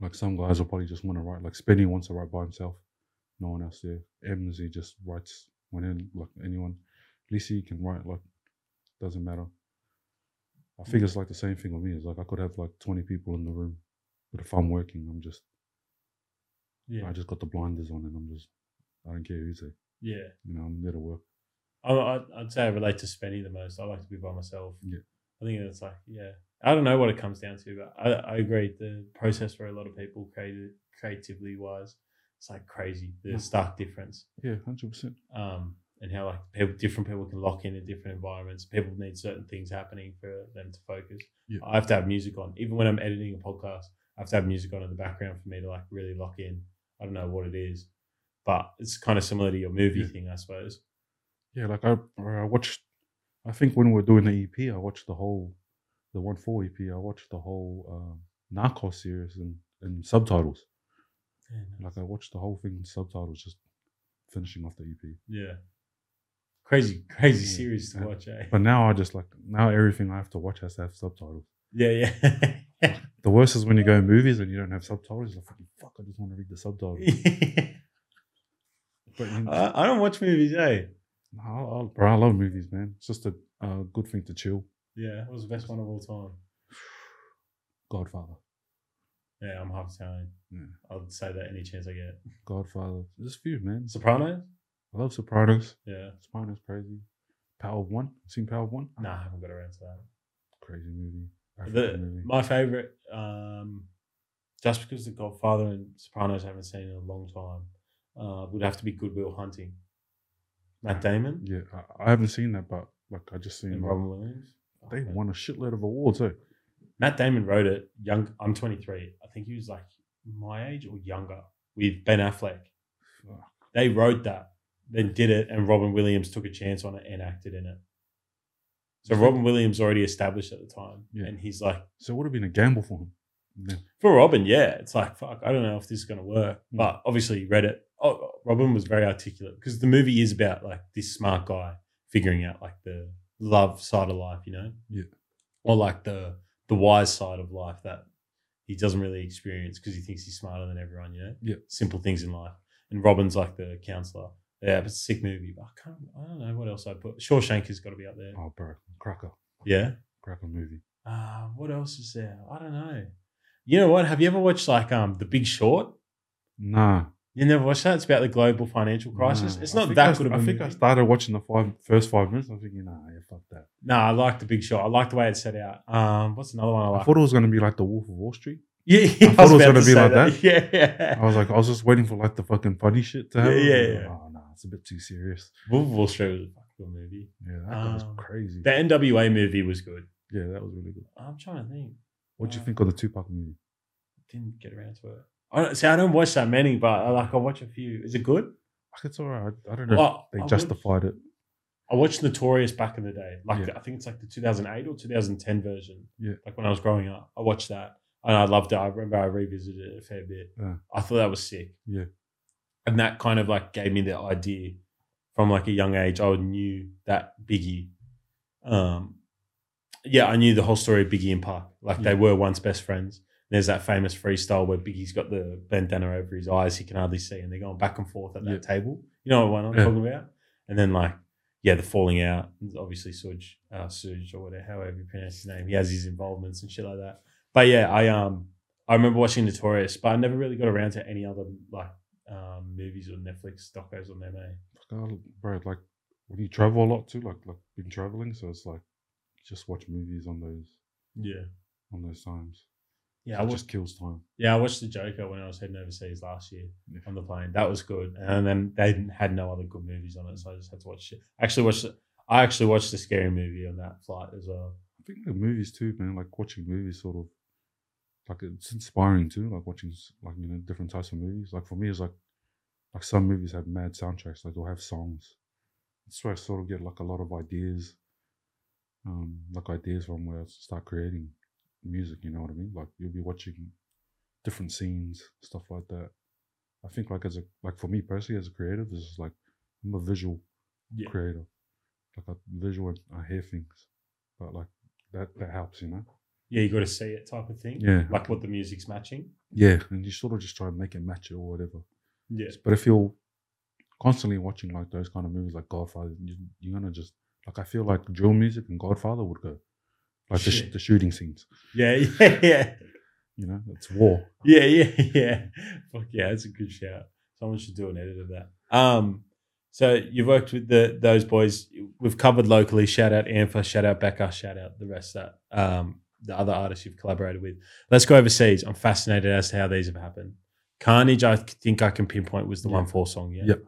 S2: like some guys will probably just want to write. Like Spenny wants to write by himself, no one else there. Ems he just writes whenever like anyone. Lisi can write like doesn't matter. I think it's like the same thing with me. It's like I could have like twenty people in the room, but if I'm working, I'm just
S1: yeah,
S2: I just got the blinders on and I'm just I don't care who's there.
S1: yeah.
S2: You know I'm there to work.
S1: I, I, I'd say I relate to Spenny the most. I like to be by myself.
S2: Yeah.
S1: I think it's like yeah. I don't know what it comes down to, but I, I agree. The process for a lot of people, creative, creatively wise, it's like crazy the
S2: Mm.
S1: stark difference.
S2: Yeah, hundred percent.
S1: Um, and how like people, different people can lock in in different environments. People need certain things happening for them to focus.
S2: Yeah.
S1: I have to have music on, even when I'm editing a podcast. I have to have music on in the background for me to like really lock in. I don't know what it is, but it's kind of similar to your movie
S2: Yeah.
S1: thing, I suppose.
S2: Yeah, like I, I watched. I think when we were doing the EP, I watched the whole, the one four EP. I watched the whole um, Narcos series and in subtitles. Like I watched the whole thing in subtitles, just finishing off the E EP.
S1: Yeah. Crazy, crazy
S2: Yeah.
S1: series to
S2: Uh,
S1: watch, eh?
S2: But now I just like now everything I have to watch has to have subtitles.
S1: Yeah, yeah.
S2: The worst is when you go in movies and you don't have subtitles. You're like fucking fuck, I just want to read the subtitles. But you,
S1: I, I don't watch movies, eh?
S2: Nah, I, I, bro, I love movies, man. It's just a, a good thing to chill.
S1: Yeah, it was the best one of all time.
S2: Godfather,
S1: Yeah, I'm half Italian.
S2: Yeah.
S1: I'd say that any chance I get.
S2: Godfather. There's a few, man.
S1: Sopranos?
S2: I love Sopranos.
S1: Yeah.
S2: Spinal's crazy. Power of One. Seen Power of One?
S1: Nah, I haven't got around to that.
S2: Crazy movie.
S1: The-
S2: African movie.
S1: my favorite, um, just because The Godfather and Sopranos I haven't seen in a long time, uh, would have to be Goodwill Hunting. Matt Damon?
S2: yeah, I, I haven't seen that, but Like I just seen
S1: and
S2: like,
S1: Robin Williams.
S2: Mm-hmm. they won a shitload of awards. Eh?
S1: Matt Damon wrote it. Young, I'm 23. I think he was like my age or younger with Ben Affleck.
S2: Fuck.
S1: They wrote that, then did it, and Robin Williams took a chance on it and acted in it. So Robin Williams already established at the time,
S2: Yeah.
S1: and he's like,
S2: So it would have been a gamble for him. Yeah.
S1: for Robin, yeah, it's like fuck, I don't know if this is gonna work,
S2: Mm.
S1: but obviously he read it. Oh, Robin was very articulate because the movie is about like this smart guy figuring out like the love side of life, you know,
S2: Yeah.
S1: or like the the wise side of life that he doesn't really experience because he thinks he's smarter than everyone, you know,
S2: Yeah.
S1: simple things in life. And Robin's like the counselor. Yeah, but it's a sick movie. But I can't. I don't know what else I put. Shawshank has got to be up there.
S2: Oh, bro, cracker,
S1: Yeah.
S2: cracker movie.
S1: Uh, what else is there? I don't know. You know what? Have you ever watched like um The Big Short?
S2: Nah,
S1: You never watched that? It's about the global financial crisis.
S2: nah.
S1: It's
S2: I
S1: not
S2: think
S1: that
S2: I,
S1: good of a
S2: I think I
S1: movie.
S2: started watching the five first five minutes. I'm thinking, nah, yeah, fuck that.
S1: no, I like The Big Short. I like the way it's set out. Um, what's another one I
S2: I
S1: like?
S2: thought it was gonna be like the Wolf of Wall Street.
S1: yeah, yeah,
S2: I thought it was
S1: about
S2: gonna
S1: to
S2: be
S1: say
S2: like
S1: Yeah.
S2: I was like, I was just waiting for like the fucking funny shit to
S1: Yeah,
S2: happen.
S1: yeah,
S2: And I'm
S1: yeah.
S2: like, Oh nah, it's a bit too serious.
S1: Wolf of Wall Street was a fucking good movie.
S2: Yeah, that guy was
S1: Um,
S2: crazy.
S1: The NWA movie was good.
S2: yeah, that was really good.
S1: I'm trying to think.
S2: What do you
S1: Uh,
S2: think of the Tupac movie?
S1: Didn't get around to it. I don't, see, I don't watch that many, but I, like I watch a few. Is it good?
S2: Like, it's alright. I, I don't know.
S1: Well,
S2: if
S1: I
S2: they
S1: would-
S2: justified it.
S1: I watched Notorious back in the day. Like
S2: Yeah.
S1: I think it's like the 2008 or 2010 version.
S2: Yeah.
S1: Like when I was growing up, I watched that and I loved it. I remember I revisited it a fair bit.
S2: Yeah.
S1: I thought that was sick.
S2: Yeah.
S1: And that kind of like gave me the idea from like a young age. I knew that Biggie. Um, yeah, I knew the whole story of Biggie and Park. Like
S2: Yeah.
S1: they were once best friends. There's that famous freestyle where Biggie's got the bandana over his eyes, he can hardly see, and they're going back and forth at that
S2: Yeah.
S1: table. You know what I'm
S2: Yeah.
S1: talking about? And then like yeah, the falling out. and Obviously, Surge, uh, Surge or whatever, however you pronounce his name, he has his involvements and shit like that. But yeah, I um, I remember watching Notorious, but I never really got around to any other like um, movies or Netflix docos on there, mate.
S2: Like, I- bro, like when you travel a lot too, like like been traveling, so it's like just watch movies on those
S1: Yeah,
S2: on those times.
S1: yeah, I
S2: it
S1: watched,
S2: just kills time.
S1: yeah, I watched the Joker when I was heading overseas last year
S2: Yeah.
S1: on the plane. That was good, and then they didn't- had no other good movies on it, so I just had to watch it. I actually watched, I actually watched the scary movie on that flight as well.
S2: I think the movies too, man. Like watching movies, sort of like it's inspiring too. Like watching s- like you know different types of movies. Like for me, it's like like some movies have mad soundtracks. Like they'll have songs. That's where I sort of get like a lot of ideas, um, like ideas from where I start creating music. You know what I mean? Like you'll be watching different scenes, stuff like that. I think like as a like for me personally as a creative, this is like I'm a visual
S1: Yeah.
S2: creator. Like I visual, and I hear things, but like that that helps, you know.
S1: Yeah, you got to see it type of thing.
S2: Yeah,
S1: Like what the music's matching.
S2: yeah, and you sort of just try and make it match it or whatever.
S1: Yeah,
S2: But if you're constantly watching like those kind of movies, like Godfather, you, you're gonna just like I feel like drill music and Godfather would go, like the, sh-
S1: Shit.
S2: the shooting scenes.
S1: yeah, yeah, yeah.
S2: You know, it's war.
S1: Yeah, yeah, yeah. Fuck yeah, that's a good shout. Someone should do an edit of that. Um, so you've worked with the those boys. We've covered locally. Shout out Anfa. Shout out Becca. Shout out the rest that um, the other artists you've collaborated with. Let's go overseas. I'm fascinated as to how these have happened. Carnage, I think I can pinpoint was the
S2: Yeah.
S1: one four song. Yeah.
S2: Yep.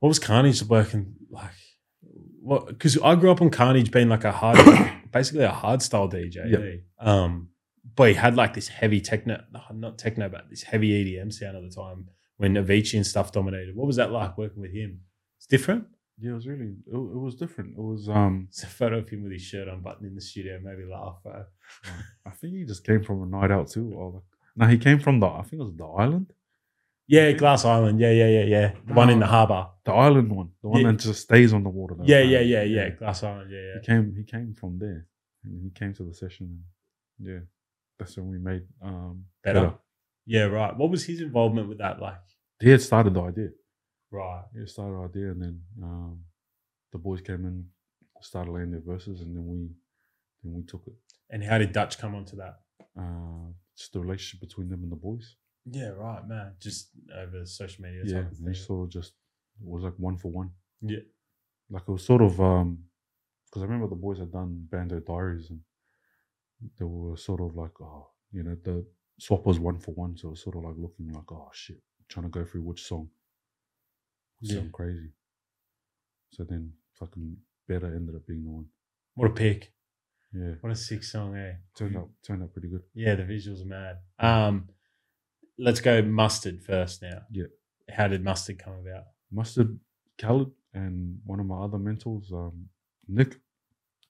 S1: What was Carnage working like? What? Because I grew up on Carnage being like a hard, basically a hard style DJ.
S2: Yep.
S1: eh? Um, but he had like this heavy techno, no, not techno, but this heavy EDM sound at the time when Avicii and stuff dominated. What was that like working with him? It's different.
S2: Yeah, it was really it, it was different. It was um,
S1: It's a photo of him with his shirt unbuttoned in the studio. Maybe laugh. uh, Bro.
S2: I think he just came from a night out too. Or like, no, he came from the I think it was the island,
S1: Yeah, Glass Island. Yeah, yeah, yeah, yeah. The one in the harbour.
S2: the island one, the one
S1: Yeah.
S2: that just stays on the water. the
S1: Yeah,
S2: whole
S1: yeah,
S2: time.
S1: yeah, yeah. Glass Island. Yeah,
S2: He came he came from there and he came to the session and yeah. That's when we made um
S1: Better. yeah. Yeah, right. What was his involvement with that like?
S2: He had started the idea.
S1: Right.
S2: He had started the idea and then um the boys came in, started laying their verses and then we then we took it.
S1: And how did Dutch come onto that?
S2: Uh just the relationship between them and the boys.
S1: Yeah, right, man. Just over social media.
S2: yeah.
S1: Type of
S2: And they
S1: thing.
S2: sort of just it was like one for one.
S1: Yeah.
S2: Like it was sort of um because I remember the boys had done Bando Diaries and they were sort of like, oh, you know, the swap was one for one, so it was sort of like looking like, oh shit, trying to go through which song.
S1: Yeah.
S2: Sound crazy. So then fucking Better ended up being the one.
S1: What a pick.
S2: Yeah,
S1: What a sick song, eh?
S2: turned out turned out pretty good.
S1: Yeah, the visuals are mad. Um, let's go mustard first now.
S2: Yeah.
S1: How did mustard come about?
S2: Mustard, Khaled, and one of my other mentors, um, Nick.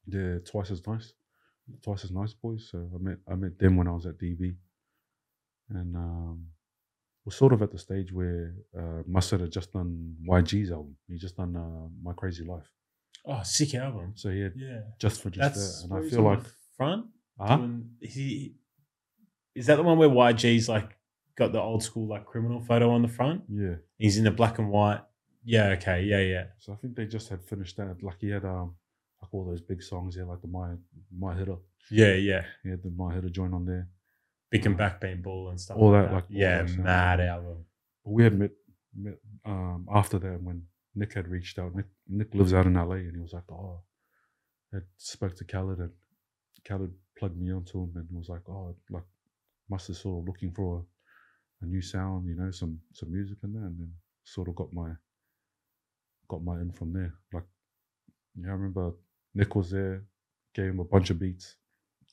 S2: They're twice as nice, twice as nice boys. So I met I met them when I was at DB, and um, we're sort of at the stage where uh, Mustard had just done YG's album. He just done uh, My Crazy Life.
S1: Oh, sick album.
S2: So he had
S1: Yeah.
S2: just for just
S1: That's
S2: that, and I
S1: he's
S2: feel
S1: on
S2: like
S1: the front.
S2: huh?
S1: doing- he is that the one where YG's like got the old school like criminal photo on the front.
S2: yeah.
S1: He's in the black and white. Yeah. Okay. Yeah. Yeah.
S2: So I think they just had finished that. Like he had um like all those big songs. He had like the my my hitter.
S1: Yeah. Yeah.
S2: He had the my hitter joint on there.
S1: Big and back being ball and stuff.
S2: All that, like, all
S1: yeah,
S2: that stuff.
S1: mad album.
S2: But we had met, met um, after that when Nick had reached out. Nick, Nick lives out in LA, and he was like, "Oh," I spoke to Khaled, and Khaled plugged me onto him, and was like, "Oh, like must have sort of looking for a, a new sound, you know, some some music in there," and then sort of got my got my in from there. Like, yeah, I remember Nick was there, gave him a bunch of beats,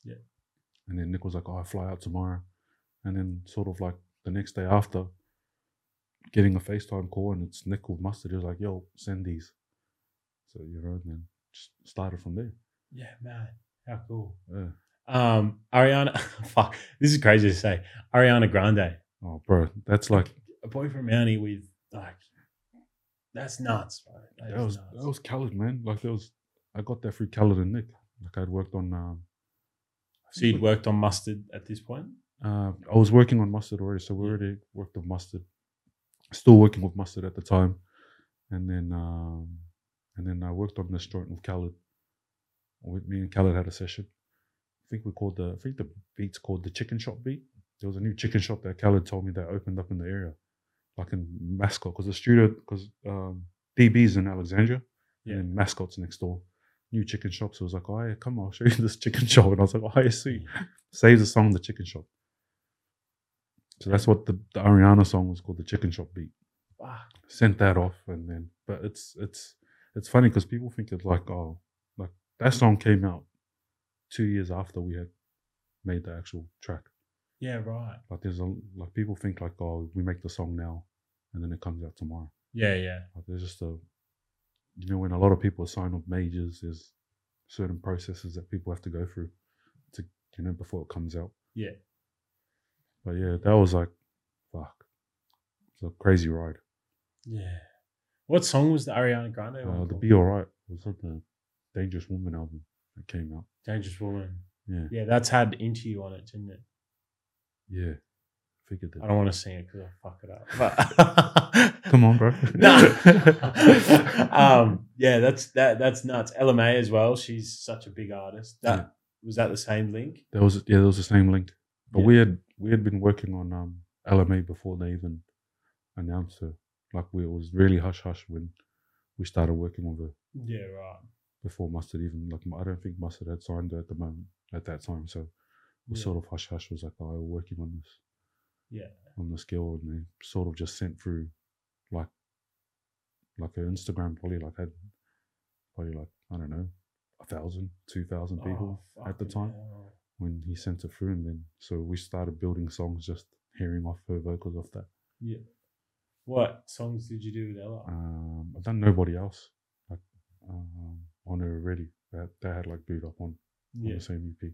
S1: Yeah.
S2: and then Nick was like, "Oh, I fly out tomorrow," and then sort of like the next day after getting a FaceTime call and it's Nick with Mustard. He was like, yo, send these. So, you know, and then just started from there.
S1: Yeah, man. How cool.
S2: Yeah.
S1: Um, Ariana, fuck, this is crazy to say. Ariana Grande,
S2: Oh, bro, that's like,
S1: a boy from Mountie with like, that's nuts, bro. That,
S2: that
S1: is
S2: was,
S1: nuts.
S2: that was Khaled, man. Like, that was, I got that through Khaled and Nick. Like, I'd worked on, um,
S1: so you'd worked on mustard at this point.
S2: uh, I was working on Mustard already. So, we already worked with Mustard. Still working with Mustard at the time. And then, um, and then I worked on this joint with Khaled. With me and Khaled had a session. I think we called the I think the beat's called the chicken shop beat. There was a new chicken shop that Khaled told me that opened up in the area, like in Mascot, because the studio because um, DB's in Alexandria,
S1: Yeah.
S2: and then Mascot's next door. New chicken shop, so I was like, "Oh, yeah, come on, I'll show you this chicken shop." And I was like, "Oh, yeah, sweet." Saves the song, the chicken shop. So that's what the, the Ariana song was called, the chicken shop beat
S1: Fuck.
S2: sent that off and then but it's it's it's funny because people think it's like oh like that song came out two years after we had made the actual track
S1: Yeah, right.
S2: like there's a like people think like oh we make the song now and then it comes out tomorrow
S1: Yeah, yeah,
S2: like there's just a you know when a lot of people sign up majors there's certain processes that people have to go through to you know before it comes out
S1: Yeah.
S2: but yeah that was like fuck it's a crazy ride
S1: yeah. What song was the Ariana Grande one?
S2: Uh, the
S1: called?
S2: Be Alright was on the Dangerous Woman album that came out.
S1: Dangerous Woman.
S2: Yeah.
S1: Yeah, that's had into you on it, didn't it?
S2: Yeah. Figured that.
S1: I don't want to sing it because I'll fuck it up. But
S2: Come on, bro.
S1: no. um, yeah, that's that. That's nuts. LMA as well. She's such a big artist. That was that the same link.
S2: That was yeah, that was the same link. But
S1: Yeah.
S2: we had we had been working on um LMA before they even announced her. Like we it was really hush hush when we started working with her
S1: Yeah, right.
S2: before Mustard even like I don't think Mustard had signed her at the moment at that time. So we
S1: Yeah.
S2: sort of hush hush was like, oh, we're working on this.
S1: Yeah.
S2: On this girl, and they sort of just sent through, like, like her Instagram probably like had probably like I don't know, a thousand, two thousand people
S1: Oh,
S2: at the
S1: fucking
S2: time
S1: hell.
S2: when he sent it through, and then so we started building songs just hearing off her vocals off that.
S1: What songs did you do with Ella?
S2: Um, I've done nobody else like um, on her already. That they had like boot up on,
S1: yeah,
S2: on the same EP.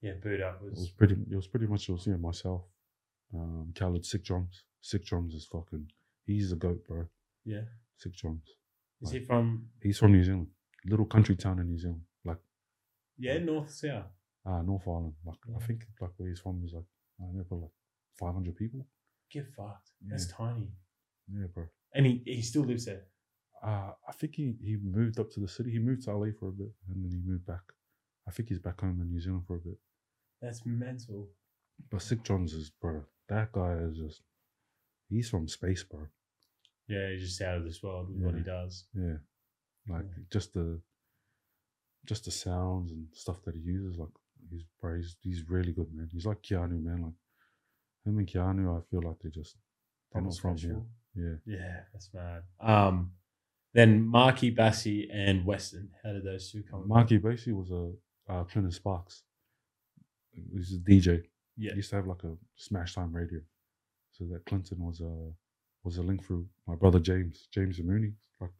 S1: yeah. Boot up
S2: It was
S1: was
S2: pretty. It was pretty much. It was yeah, myself, um, Khaled, Sick Drums. Sick Drums is fucking. He's a goat, bro.
S1: yeah.
S2: Sick Drums.
S1: Is he from
S2: He's from New Zealand, little country town in New Zealand, like
S1: yeah North South?
S2: uh, North Island. Like I
S1: Yeah.
S2: think like where he's from is like I don't know, probably like five hundred people.
S1: Get fucked. That's tiny.
S2: Yeah, bro.
S1: And he, he still lives there.
S2: Uh, I think he, he moved up to the city. He moved to LA for a bit, and then he moved back. I think he's back home in New Zealand for a bit.
S1: That's mental.
S2: But Sick Drums is bro. That guy is just. He's from space, bro.
S1: Yeah, he's just out of this world with what he does.
S2: Yeah. Like just the just the sounds and stuff that he uses, like he's bro, he's, he's really good, man. He's like Keanu, man. Like him and Keanu, I feel like they just they're not
S1: Almost
S2: from here.
S1: sexual.
S2: Yeah.
S1: Yeah, that's mad. Um, Then Marky Bassey and Weston. How did those two come? about?
S2: Marky basically was a uh, Clinton Sparks. He's a DJ.
S1: Yeah.
S2: He used to have like a Smash Time radio. So that Clinton was a was a link through my brother James, James and Mooney. Like,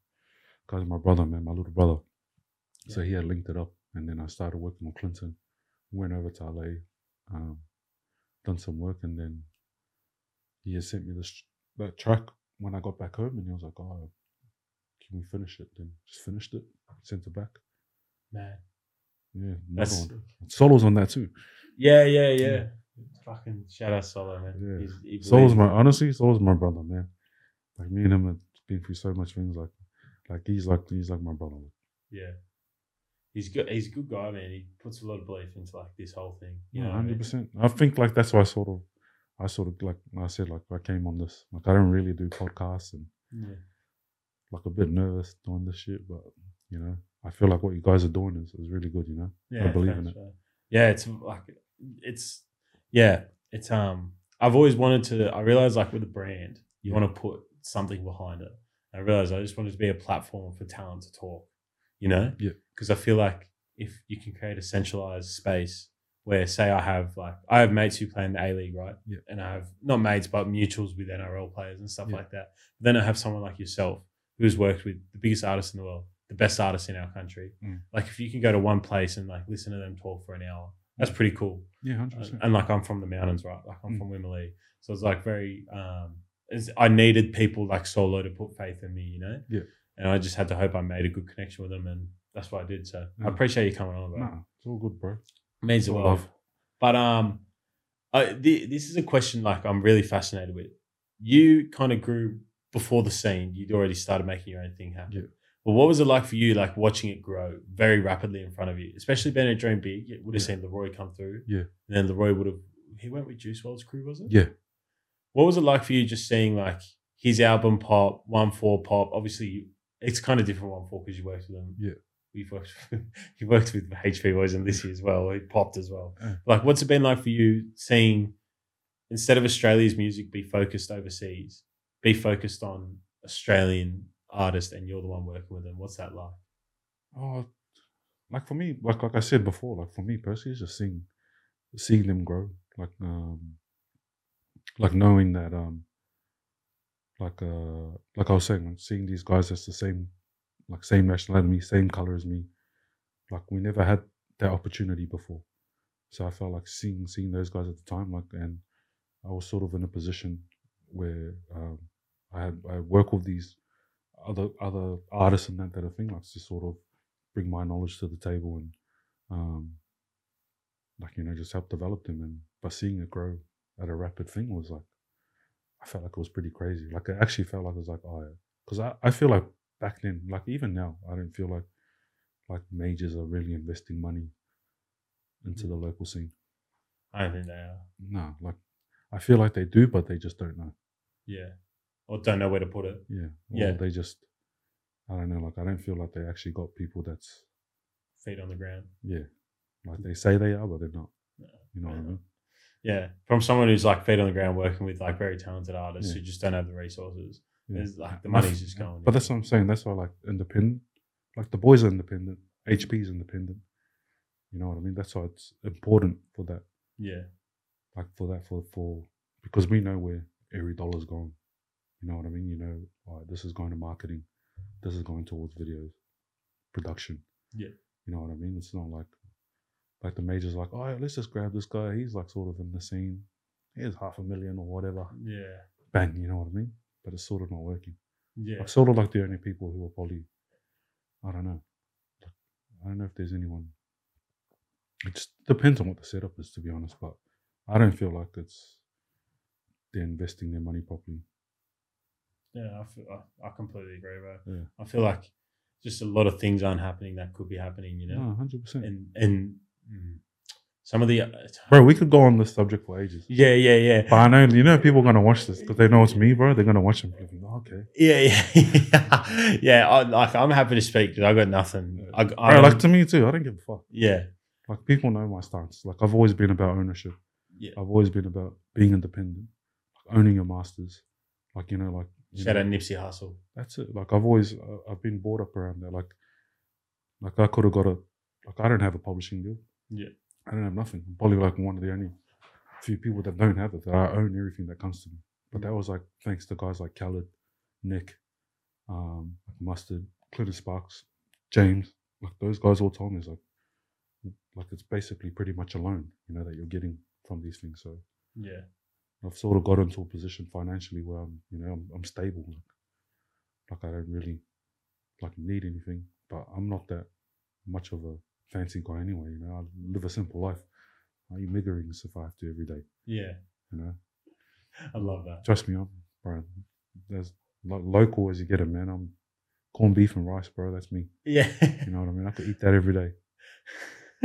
S2: guy's my brother, man, my little brother. So he had linked it up, and then I started working on Clinton. Went over to LA, um, done some work, and then he had sent me this that track when I got back home, and he was like, "Oh, can we finish it?" Then just finished it, sent it back.
S1: Man,
S2: Yeah, another
S1: that's
S2: one. Solo's on that too.
S1: yeah, yeah, yeah.
S2: Yeah.
S1: Fucking shout out Solo, man.
S2: Yeah.
S1: He's- he
S2: So was
S1: believes
S2: my
S1: it.
S2: honestly, so was my brother, man. Like me and him have been through so much things. Like, like he's like he's like my brother.
S1: Yeah. He's good. He's a good guy, man. He puts a lot of belief into like this whole thing. You
S2: Yeah,
S1: know, what I mean?
S2: hundred percent. I think like that's why I sort of, I sort of like I said like I came on this. Like I don't really do podcasts and
S1: Yeah.
S2: like a bit nervous doing this shit, but you know I feel like what you guys are doing is, is really good. You know,
S1: Yeah,
S2: believe in
S1: thanks, man. Yeah, it's like it's yeah, it's um. I've always wanted to. I realize like with a brand, you
S2: Yeah.
S1: want to put something behind it. I realized I just wanted to be a platform for talent to talk. You know,
S2: Yeah.
S1: Because I feel like if you can create a centralized space where, say, I have like I have mates who play in the A League, right?
S2: Yeah.
S1: And I have not mates but mutuals with NRL players and stuff
S2: Yeah.
S1: like that. then I have someone like yourself who's worked with the biggest artists in the world, the best artists in our country.
S2: Mm.
S1: Like if you can go to one place and like listen to them talk for an hour, that's pretty cool.
S2: yeah, hundred
S1: And,
S2: percent.
S1: and, like I'm from the mountains, right? Like I'm
S2: Mm.
S1: from Wimmerley, so it's like very. Um, it's, I needed people like Solo to put faith in me, you know.
S2: Yeah.
S1: And I just had to hope I made a good connection with them, and that's what I did. So I
S2: Mm.
S1: appreciate you coming on, bro.
S2: Nah, it's all good, bro.
S1: Means the
S2: All
S1: world.
S2: love.
S1: But um, I, th- this is a question like I'm really fascinated with. You kind of grew before the scene. You'd already started making your own thing happen.
S2: Yeah.
S1: But what was it like for you, like watching it grow very rapidly in front of you, especially being a dream big? It would have
S2: Yeah.
S1: seen Leroy come through.
S2: Yeah.
S1: And then Leroy would have. He went with Juice WRLD's crew, was it?
S2: Yeah,
S1: What was it like for you, just seeing like his album pop, one four pop? Obviously, you, it's kind of different one four because you worked with him.
S2: Yeah.
S1: You've worked, you worked with HP Boys and this year as well. It popped as well.
S2: Yeah.
S1: Like, what's it been like for you seeing instead of Australia's music be focused overseas, be focused on Australian artists and you're the one working with them? What's that like?
S2: Oh, like for me, like like I said before, like for me personally, it's just seeing seeing them grow, like um, like knowing that um, like uh, like I was saying, like seeing these guys that's the same, like same nationality, as me, same color as me, like we never had that opportunity before, so I felt like seeing seeing those guys at the time, like and I was sort of in a position where um, I had I work with these other other artists and that kind of thing, like to sort of bring my knowledge to the table and um, like you know just help develop them. And by seeing it grow at a rapid thing was like I felt like it was pretty crazy. Like I actually felt like it was like oh, because I I feel like back then, like even now, I don't feel like like majors are really investing money into the local scene.
S1: I don't think they are.
S2: No, like I feel like they do, but they just don't know.
S1: Yeah. Or don't know where to put it.
S2: Yeah. Or
S1: Yeah.
S2: They just, I don't know. Like, I don't feel like they actually got people that's,
S1: Feet on the ground.
S2: yeah. Like, they say they are, but they're not.
S1: No,
S2: You know what I
S1: they're
S2: mean?
S1: Yeah, from someone who's like feet on the ground working with like very talented artists
S2: Yeah.
S1: who just don't have the resources.
S2: Yeah.
S1: There's like the
S2: And I
S1: money's
S2: f-
S1: just going.
S2: But that's what I'm saying. That's why, like, independent, like, the boys are independent. HP's independent. You know what I mean? That's why it's important for that,
S1: yeah,
S2: like, for that, for, for, because we know where every dollar's gone. You know what I mean? You know, all right, this is going to marketing. This is going towards videos, production.
S1: Yeah.
S2: You know what I mean? It's not like, like the majors, like, all right, let's just grab this guy. He's like sort of in the scene. Here's half a million or whatever.
S1: yeah,
S2: Bang, you know what I mean? But it's sort of not working.
S1: yeah.
S2: I'm sort of like the only people who are probably, I don't know. I don't know if there's anyone. It just depends on what the setup is, to be honest. But I don't feel like it's they're investing their money properly.
S1: Yeah, I, feel, I, I completely agree, bro.
S2: Yeah.
S1: I feel like just a lot of things aren't happening that could be happening, you know.
S2: No, hundred percent,
S1: And and mm, some of the uh,
S2: bro. We could go on this subject for ages.
S1: yeah, yeah, yeah,
S2: But I know you know people are gonna watch this because they know it's me, bro. They're gonna watch and be like, "Oh, okay,
S1: yeah, yeah, yeah. I, like I'm happy to speak because I got nothing. I, I
S2: bro. Like to me too. I don't give a fuck.
S1: yeah,
S2: Like people know my stance. Like I've always been about ownership.
S1: yeah,
S2: I've always been about being independent, like owning your masters. Like, you know, like you
S1: Shout
S2: know?
S1: out Nipsey Hussle.
S2: that's it. Like I've always, I- I've been brought up around that. Like, like I could have got a, like I don't have a publishing deal.
S1: Yeah.
S2: I don't have nothing. I'm probably like one of the only few people that don't have it that I own everything that comes to me. But that was like thanks to guys like Khaled, Nick, um, Mustard, Clinton Sparks, James. Like those guys all told me it's like, like it's basically pretty much a loan, you know, that you're getting from these things. So
S1: Yeah.
S2: I've sort of got into a position financially where I'm, you know, I'm, I'm stable. Like, like I don't really like need anything, but I'm not that much of a fancy guy anyway. You know, I live a simple life. I eat miggerings if I have to every day.
S1: Yeah.
S2: You know,
S1: I love that.
S2: trust me, I'm bro. As lo- local as you get it, man. I'm corned beef and rice, bro. That's me.
S1: Yeah.
S2: You know what I mean? I could eat that every day.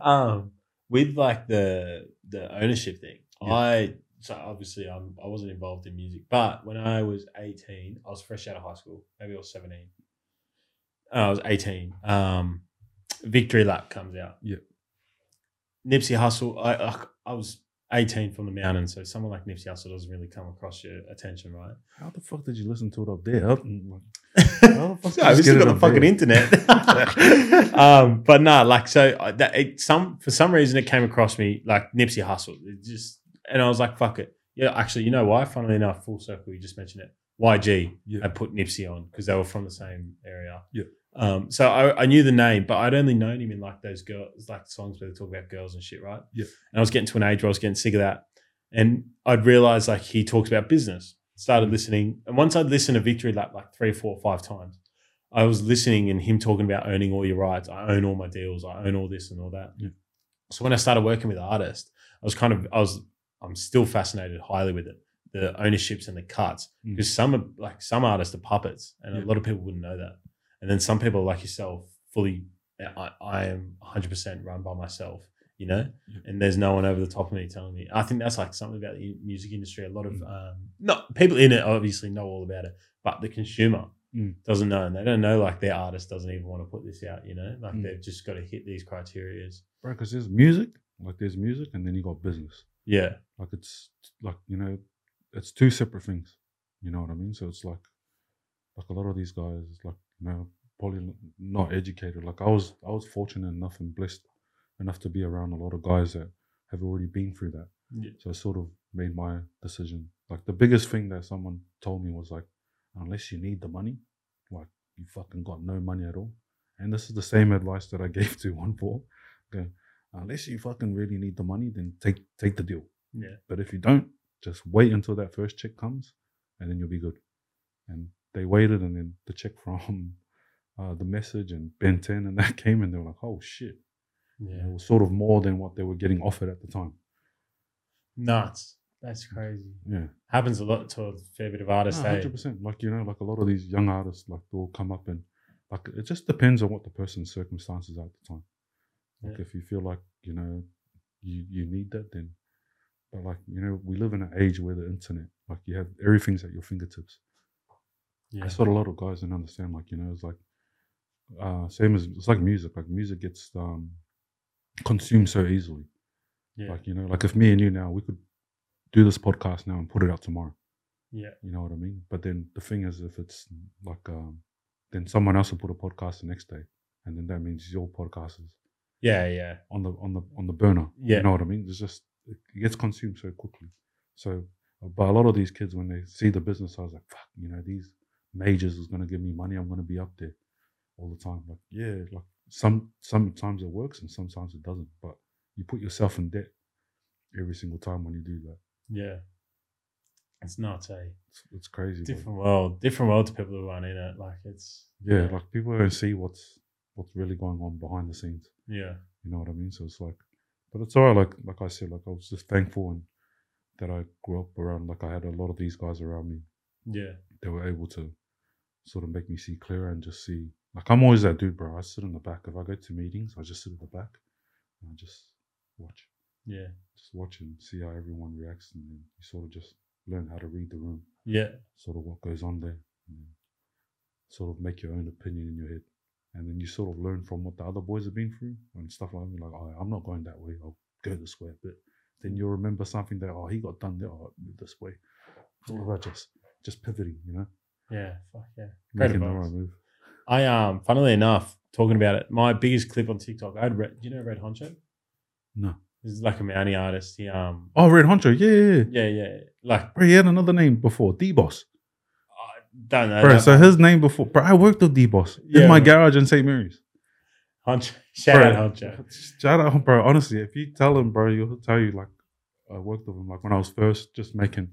S1: um, with like the the ownership thing,
S2: Yeah.
S1: I so obviously I'm I wasn't involved in music, but when I was eighteen, I was fresh out of high school. Maybe I was seventeen. Uh, I was eighteen. Um, Victory Lap comes out.
S2: Yeah.
S1: Nipsey Hussle. I I, I was. 18 from the mountain, so someone like Nipsey Hussle doesn't really come across your attention, right?
S2: How the fuck did you listen to it up there? Up in, like,
S1: No,
S2: fuck
S1: yeah, we
S2: just get
S1: still
S2: it
S1: got the
S2: on
S1: fucking
S2: there.
S1: internet. um, but no, like so I- that it, some for some reason it came across me like Nipsey Hussle. It just and I was like, fuck it. Yeah, actually, you know why? Funnily enough, full circle, you just mentioned it. YG,
S2: yeah,
S1: I put Nipsey on because they were from the same area.
S2: Yeah.
S1: Um, so I, I knew the name, but I'd only known him in like those girls, like songs where they talk about girls and shit, right?
S2: Yeah.
S1: And I was getting to an age where I was getting sick of that, and I'd realized like he talks about business.
S2: Mm.
S1: Started listening, and once I'd listened to Victory Lap like three, four, five times, I was listening and him talking about owning all your rights. I own all my deals. I own all this and all that.
S2: Yeah.
S1: So when I started working with artists, I was kind of I was I'm still fascinated highly with it, the ownerships and the cuts
S2: Mm.
S1: because some are like some artists are puppets, and a
S2: Yeah.
S1: lot of people wouldn't know that. And then some people like yourself, fully, I, I am 100 percent run by myself, you know.
S2: Yeah.
S1: And there's no one over the top of me telling me. I think that's like something about the music industry. A lot of
S2: Mm.
S1: um, not people in it obviously know all about it, but the consumer
S2: Mm.
S1: doesn't know, and they don't know like their artist doesn't even want to put this out, you know. Like
S2: Mm.
S1: they've just got to hit these criterias.
S2: bro. Because there's music, like there's music, and then you got business.
S1: Yeah,
S2: like it's like you know it's two separate things you know what i mean so it's like like a lot of these guys like you know probably n- not educated like i was i was fortunate enough and blessed enough to be around a lot of guys that have already been through that
S1: Yeah.
S2: so i sort of made my decision like the biggest thing that someone told me was like unless you need the money like you fucking got no money at all and this is the same advice that i gave to one boy okay unless you fucking really need the money then take take the deal
S1: yeah,
S2: but if you don't, just wait until that first check comes and then you'll be good. And they waited and then the check from uh, the message and Ben 10 and that came and they were like, oh shit.
S1: yeah.
S2: And It was sort of more than what they were getting offered at the time.
S1: Nuts. That's crazy.
S2: Yeah.
S1: Happens a lot to a fair bit of artists. eh?
S2: Oh, hundred percent. Like you know, like a lot of these young artists, like they'll come up and like it just depends on what the person's circumstances are at the time. Like
S1: Yeah.
S2: if you feel like you know you you need that, then but like you know, we live in an age where the internet, like you have everything's at your fingertips.
S1: Yeah.
S2: That's what a lot of guys don't understand. Like, you know, it's like uh same as it's like music. Like music gets um consumed so easily.
S1: Yeah.
S2: Like, you know, like if me and you now we could do this podcast now and put it out tomorrow.
S1: Yeah.
S2: You know what I mean? But then the thing is if it's like um then someone else will put a podcast the next day. And then that means your podcast is
S1: Yeah, yeah,
S2: on the on the on the burner.
S1: Yeah.
S2: You know what I mean? It's just it gets consumed so quickly. So but a lot of these kids when they see the business, I was like, fuck, you know, these majors is gonna give me money, I'm gonna be up there all the time. Like, yeah, like some sometimes it works and sometimes it doesn't. But you put yourself in debt every single time when you do that.
S1: yeah. It's nuts, eh?
S2: It's, it's crazy. bro.
S1: Different world, different world to people who aren't in it. Like it's
S2: Yeah, like people don't see what's what's really going on behind the scenes.
S1: yeah,
S2: You know what I mean? So it's like, but it's all right. Like like I said, like I was just thankful and that I grew up around. Like I had a lot of these guys around me.
S1: yeah,
S2: They were able to sort of make me see clearer and just see. Like I'm always that dude, bro. I sit in the back. If I go to meetings, I just sit at the back and I just watch,
S1: yeah,
S2: just watch and see how everyone reacts, and then you sort of just learn how to read the room,
S1: yeah,
S2: sort of what goes on there, and then sort of make your own opinion in your head. And then you sort of learn from what the other boys have been through and stuff like that. Like, oh, I'm not going that way. I'll go this way a bit. Then you'll remember something that, oh, he got done there. Oh, move this way. It's all about just just pivoting, you know,
S1: Yeah, fuck yeah. Great
S2: making the
S1: advice.
S2: right move.
S1: I um, funnily enough, talking about it, my biggest clip on TikTok. I had Red. Do you know Red Honcho?
S2: No.
S1: This is like a Mountie artist. He um,
S2: Oh, Red Honcho, yeah, yeah, yeah.
S1: yeah, yeah. Like
S2: Bro, he had another name before, D Boss.
S1: I don't know.
S2: Bro,
S1: that
S2: so
S1: one.
S2: his name before, bro, I worked with D Boss
S1: Yeah,
S2: in my
S1: bro.
S2: garage in St. Mary's.
S1: Honcho. Shout
S2: Bro.
S1: out Honcho.
S2: Shout out, bro. Honestly, if you tell him, bro, he'll tell you, like, I worked with him, like, when I was first just making,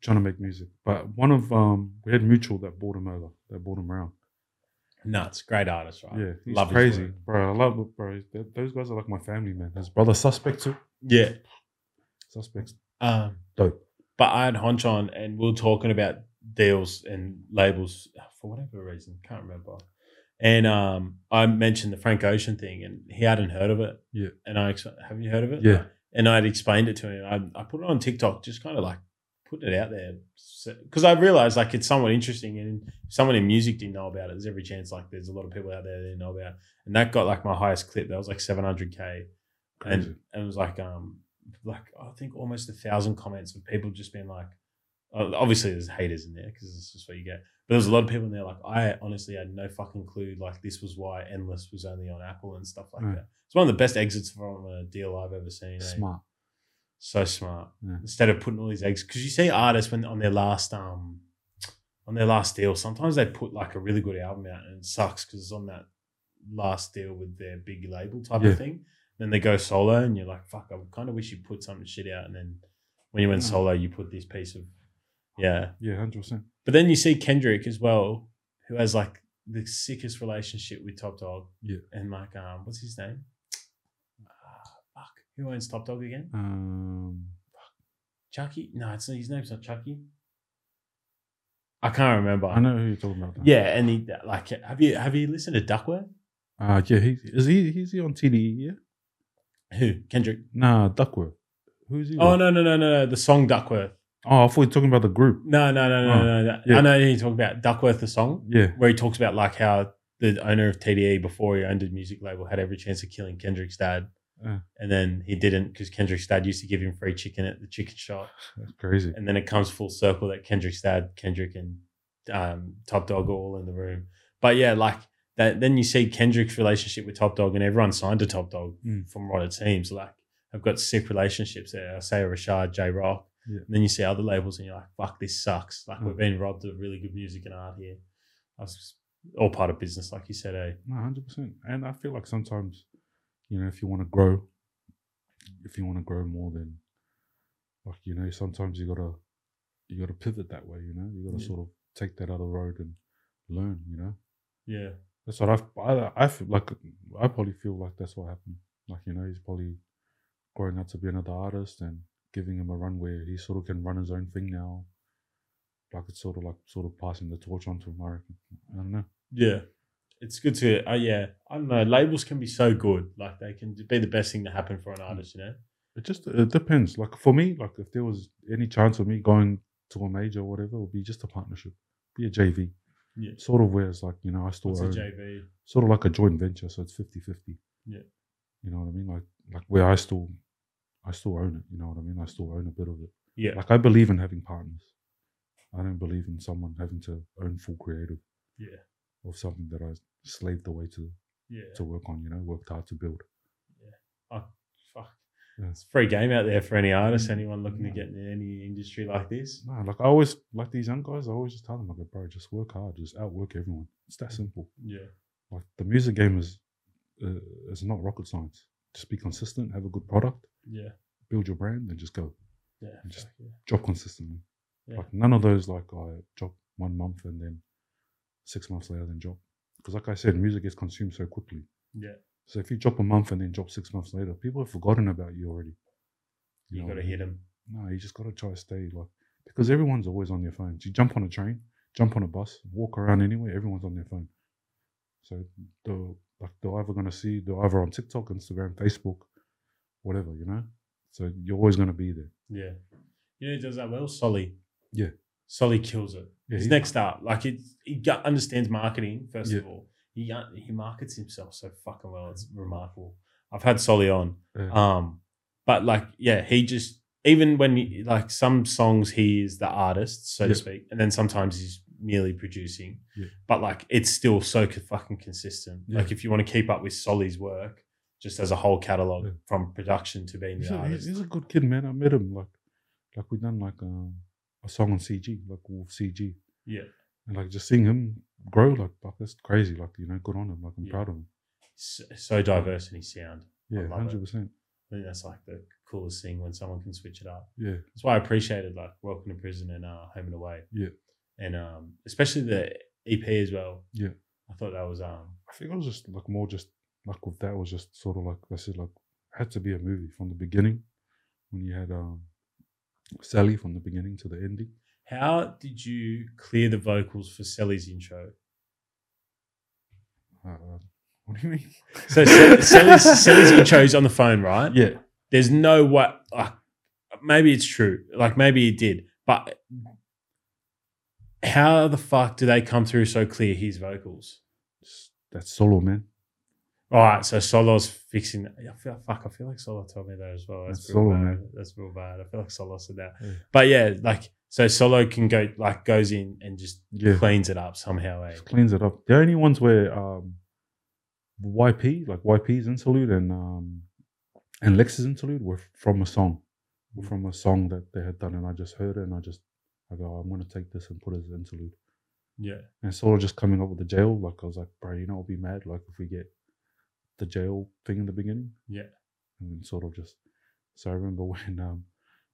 S2: trying to make music. But one of, um, we had Mutual that bought him over, that bought him around.
S1: Nuts. Great artist, right?
S2: Yeah, he's
S1: Love his
S2: crazy,
S1: work.
S2: bro. I love it, bro. Th- Those guys are like my family, man. His brother, Suspect, too.
S1: Yeah.
S2: Suspect's
S1: Um,
S2: dope.
S1: but I had Honch on, and we were talking about deals and labels for whatever reason, can't remember. And um, I mentioned the Frank Ocean thing, and he hadn't heard of it.
S2: Yeah.
S1: And I ex- have you heard of it?
S2: Yeah.
S1: And I'd explained it to him. I, I put it on TikTok, just kind of like putting it out there, because I realized like it's somewhat interesting, and if someone in music didn't know about it. There's every chance like there's a lot of people out there that didn't know about, it. and that got like my highest clip. That was like 700k
S2: Crazy.
S1: and and it was like um like I think almost a thousand comments of people just being like, uh, obviously there's haters in there because it's just what you get. But there's a lot of people in there like I honestly had no fucking clue like this was why Endless was only on Apple and stuff like
S2: Right.
S1: that. It's one of the best exits from a deal I've ever seen. eh?
S2: Smart.
S1: so smart.
S2: Yeah.
S1: Instead of putting all these eggs, because you see artists when on their last um on their last deal, sometimes they put like a really good album out and it sucks because it's on that last deal with their big label type
S2: Yeah.
S1: of thing. Then they go solo, and you're like, "Fuck!" I kind of wish you put some shit out, and then when you went
S2: Mm.
S1: solo, you put this piece of yeah.
S2: Yeah, 100%.
S1: But then you see Kendrick as well, who has like the sickest relationship with Top Dog.
S2: Yeah.
S1: and like um, what's his name? Ah, fuck, who owns Top Dog again?
S2: Um,
S1: Chucky? No, it's his name's not Chucky. I can't remember.
S2: I know who you're talking about. Though.
S1: Yeah, and he like have you have you listened to Duckworth?
S2: Uh, yeah, he, is he He's he on TDE, yeah?
S1: Who? Kendrick.
S2: Nah, Duckworth. Who's he
S1: Oh
S2: with?
S1: no no no no no the song Duckworth.
S2: Oh, I thought you were talking about the group.
S1: No no no no
S2: Oh,
S1: no. no.
S2: yeah.
S1: I know who you're talking about Duckworth the song
S2: Yeah.
S1: where he talks about like how the owner of TDE before he owned a music label had every chance of killing Kendrick's dad.
S2: Uh.
S1: And then he didn't because Kendrick's dad used to give him free chicken at the chicken shop.
S2: That's crazy.
S1: and then it comes full circle that Kendrick's dad, Kendrick and um, Top Dog are all in the room. But yeah, like that. Then you see Kendrick's relationship with Top Dog, and everyone signed to Top Dog
S2: Mm.
S1: from what it seems. Like I've got sick relationships there. I say Rashad, J Rock.
S2: Yeah.
S1: And then you see other labels, and you're like, "Fuck, this sucks." Like we've
S2: Mm.
S1: been robbed of really good music and art here. That's just all part of business, like you said. Eh?
S2: No, 100%. And I feel like sometimes, you know, if you want to grow, if you want to grow more, then, like, you know, sometimes you got to, you got to pivot that way, you know? You got to
S1: Yeah.
S2: sort of take that other road and learn, you know?
S1: Yeah.
S2: That's what I've, I, I feel like, I probably feel like that's what happened. Like, you know, he's probably growing up to be another artist and giving him a run where he sort of can run his own thing now. Like, it's sort of like, sort of passing the torch on to him, I reckon. I don't know.
S1: Yeah. It's good to, uh, yeah. I don't know. Labels can be so good. Like, they can be the best thing to happen for an artist, you know?
S2: It just it depends. Like for me, like if there was any chance of me going to a major or whatever, it would be just a partnership, be a JV.
S1: Yeah.
S2: Sort of where it's like you know I still
S1: What's a
S2: own,
S1: JV?
S2: sort of like a joint venture, so it's 50-50.
S1: Yeah.
S2: You know what I mean? Like like where I still, I still own it. You know what I mean? I still own a bit of it.
S1: Yeah.
S2: Like I believe in having partners. I don't believe in someone having to own full creative
S1: Yeah.
S2: of something that I slaved away to
S1: Yeah.
S2: to work on. You know, worked hard to build.
S1: Fuck.
S2: Yeah.
S1: It's free game out there for any artist,
S2: Mm.
S1: anyone looking to
S2: Yeah.
S1: get in any industry like this.
S2: No, like I always like these young guys. I always just tell them, like, bro, just work hard, just outwork everyone. It's that simple.
S1: Yeah.
S2: Like the music game is, uh, is not rocket science. Just be consistent, have a good product,
S1: Yeah.
S2: build your brand, and just go
S1: Yeah.
S2: And just-
S1: fuck yeah.
S2: job consistently.
S1: Yeah.
S2: Like none of those like I job one month and then six months later then job. Because like I said, music gets consumed so quickly.
S1: Yeah.
S2: So if you drop a month and then drop six months later, people have forgotten about you already.
S1: You
S2: know
S1: got to
S2: what I
S1: hit them.
S2: no, you just gotta try to stay like because everyone's always on their phones. You jump on a train, jump on a bus, walk around anywhere, everyone's on their phone. So they're like they're either gonna see they're either on TikTok, Instagram, Facebook, whatever, you know? So you're always gonna be there.
S1: Yeah. You know who does that well? Solly.
S2: Yeah.
S1: Solly kills it.
S2: Yeah,
S1: He's
S2: he-
S1: next up. Like, it, he got, understands marketing, first
S2: Yeah.
S1: of all. He, un- he markets himself so fucking well. It's remarkable. I've had Solly on.
S2: Yeah.
S1: Um, but like, yeah, he just even when you, like some songs he is the artist, so
S2: Yeah.
S1: to speak, and then sometimes he's merely producing.
S2: Yeah.
S1: But like it's still so co- fucking consistent.
S2: Yeah.
S1: Like if you want to keep up with Solly's work, just as a whole catalog
S2: Yeah.
S1: from production to being
S2: He's
S1: the
S2: a, he's-
S1: artist.
S2: he's a good kid, man. I met him like, like we done like um, a song on CG, like Wolf CG,
S1: Yeah.
S2: and like just seeing him grow, like, fuck, that's crazy. Like, you know, good on him. Like, I'm
S1: Yeah.
S2: proud of him.
S1: So, so diverse in his sound.
S2: Yeah,
S1: love it.
S2: hundred percent.
S1: I think that's like the coolest thing when someone can switch it up.
S2: Yeah,
S1: That's why I appreciated like Welcome to Prison and uh, Home and Away.
S2: Yeah.
S1: And um, especially the EP as well.
S2: Yeah.
S1: I thought that was um
S2: I think it was just like more just like with that was just sort of like I said, like had to be a movie from the beginning when you had um Sally from the beginning to the ending.
S1: How did you clear the vocals for Sally's intro?
S2: Uh, what do you mean?
S1: So Se- Sally's, Sally's intro is on the phone, right?
S2: Yeah,
S1: There's no way. Like, maybe it's true. Like maybe it did, but how the fuck do they come through so clear? His vocals.
S2: S- that's solo, man.
S1: All right, so Solo's fixing. I feel, fuck, I feel like Solo told me that as well. That's,
S2: That's
S1: real
S2: Solo,
S1: bad.
S2: man.
S1: That's real bad. I feel like Solo said that.
S2: Yeah.
S1: But yeah, like so Solo can go like goes in and just
S2: Yeah,
S1: cleans it up somehow. Eh?
S2: just cleans it up. The only ones where um YP like YP's interlude and um and Lex's interlude were from a song, were from a song that they had done, and I just heard it and I just I go, I'm gonna take this and put it as an interlude.
S1: Yeah.
S2: and sort of just coming up with the jail. Like I was like, bro, you know, I'll be mad. Like if we get the jail thing in the beginning,
S1: Yeah.
S2: and then sort of just. So I remember when um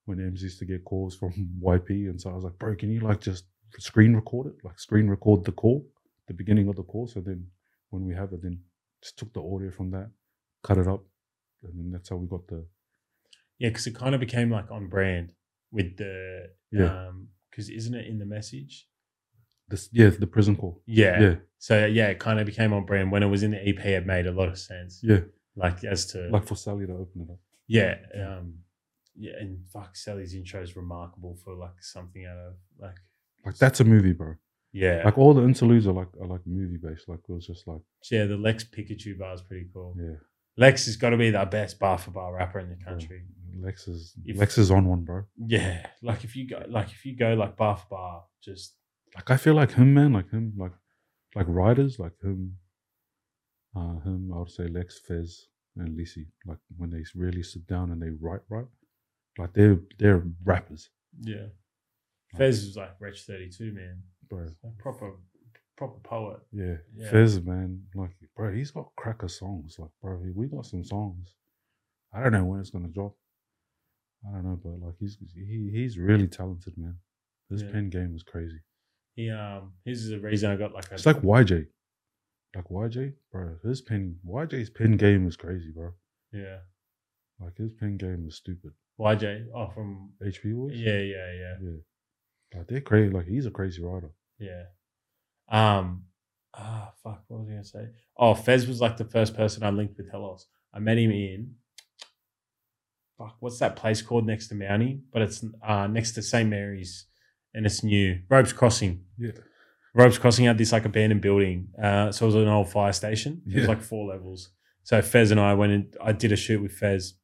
S2: when Ems used to get calls from YP, and so I was like, bro, can you like just screen record it? Like screen record the call, the beginning of the call. So then when we have it, then just took the audio from that, cut it up, and then that's how we got the
S1: Yeah, because it kind of became like on brand with the
S2: Yeah.
S1: um because isn't it in the message?
S2: this yeah the prison call.
S1: Yeah.
S2: yeah,
S1: So yeah, it kind of became on brand when it was in the EP. It made a lot of sense.
S2: yeah.
S1: Like as to
S2: Like for Sally to open it up.
S1: yeah, um, yeah, and fuck, Sally's intro is remarkable for like something out of like
S2: Like that's a movie, bro.
S1: yeah,
S2: Like all the interludes are like are like movie based. Like it was just like
S1: yeah. The Lex Pikachu bar is pretty cool.
S2: yeah.
S1: Lex has got to be the best bar for bar rapper in the country.
S2: Lex is
S1: If-
S2: Lex is on one, bro.
S1: Yeah, like if you go, like if you go, like bar for bar, just
S2: Like I feel like him, man. Like him, like like riders, like him, uh, him. I would say Lex, Fez, and Lisi. Like when they really sit down and they write, right, like they're they're rappers,
S1: yeah. Fez was like Wretch Thirty Two, man.
S2: bro.
S1: A proper proper poet.
S2: Yeah.
S1: Yeah.
S2: Fez, man. Like bro, he's got cracker songs. Like bro, we got some songs. I don't know when it's gonna drop. I don't know, but like he's he, he's really talented, man. This
S1: Yeah.
S2: pen game is crazy.
S1: He um this is the reason I got like a
S2: It's like YJ. Like YJ, bro, his pin YJ's pin game is crazy, bro.
S1: yeah.
S2: Like his pin game is stupid.
S1: YJ. Oh from
S2: HP boys?
S1: Yeah, yeah, yeah.
S2: Yeah. Like they're crazy. Like he's a crazy rider.
S1: Yeah. Um ah fuck, what was I gonna say? Oh, Fez was like the first person I linked with Helos. I met him in fuck, what's that place called next to Mounty? But it's uh next to St. Mary's and it's new. Ropes Crossing.
S2: Yeah.
S1: Ropes Crossing had this like abandoned building. Uh, so it was an old fire station. It was
S2: Yeah.
S1: like four levels. So Fez and I went and I did a shoot with Fez,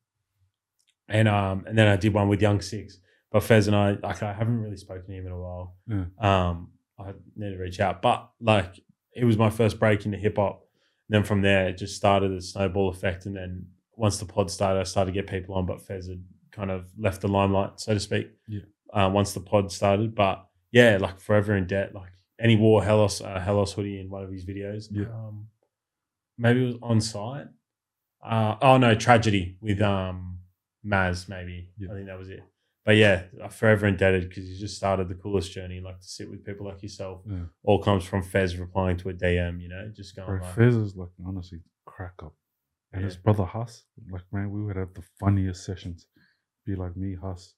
S1: and um, and then I did one with Young Six. But Fez and I, like, I haven't really spoken to him in a while.
S2: Yeah.
S1: Um, I need to reach out, but like, it was my first break into hip hop. And then from there, it just started the snowball effect. And then once the pod started, I started to get people on, but Fez had kind of left the limelight, so to speak.
S2: Yeah.
S1: Uh, once the pod started, but yeah, like forever in debt. Like, and he wore Hellos uh, Hellos hoodie in one of his videos.
S2: Yeah.
S1: Um, maybe it was on site. Uh, oh no, tragedy with um Maz. Maybe
S2: Yeah.
S1: I think that was it. But yeah, I'm forever indebted because you just started the coolest journey. Like to sit with people like yourself,
S2: Yeah.
S1: all comes from Fez replying to a DM. You know, just going
S2: Bro,
S1: like,
S2: Fez is like honestly crack up. And
S1: Yeah.
S2: his brother Huss, like man, we would have the funniest sessions. Be like me, Huss,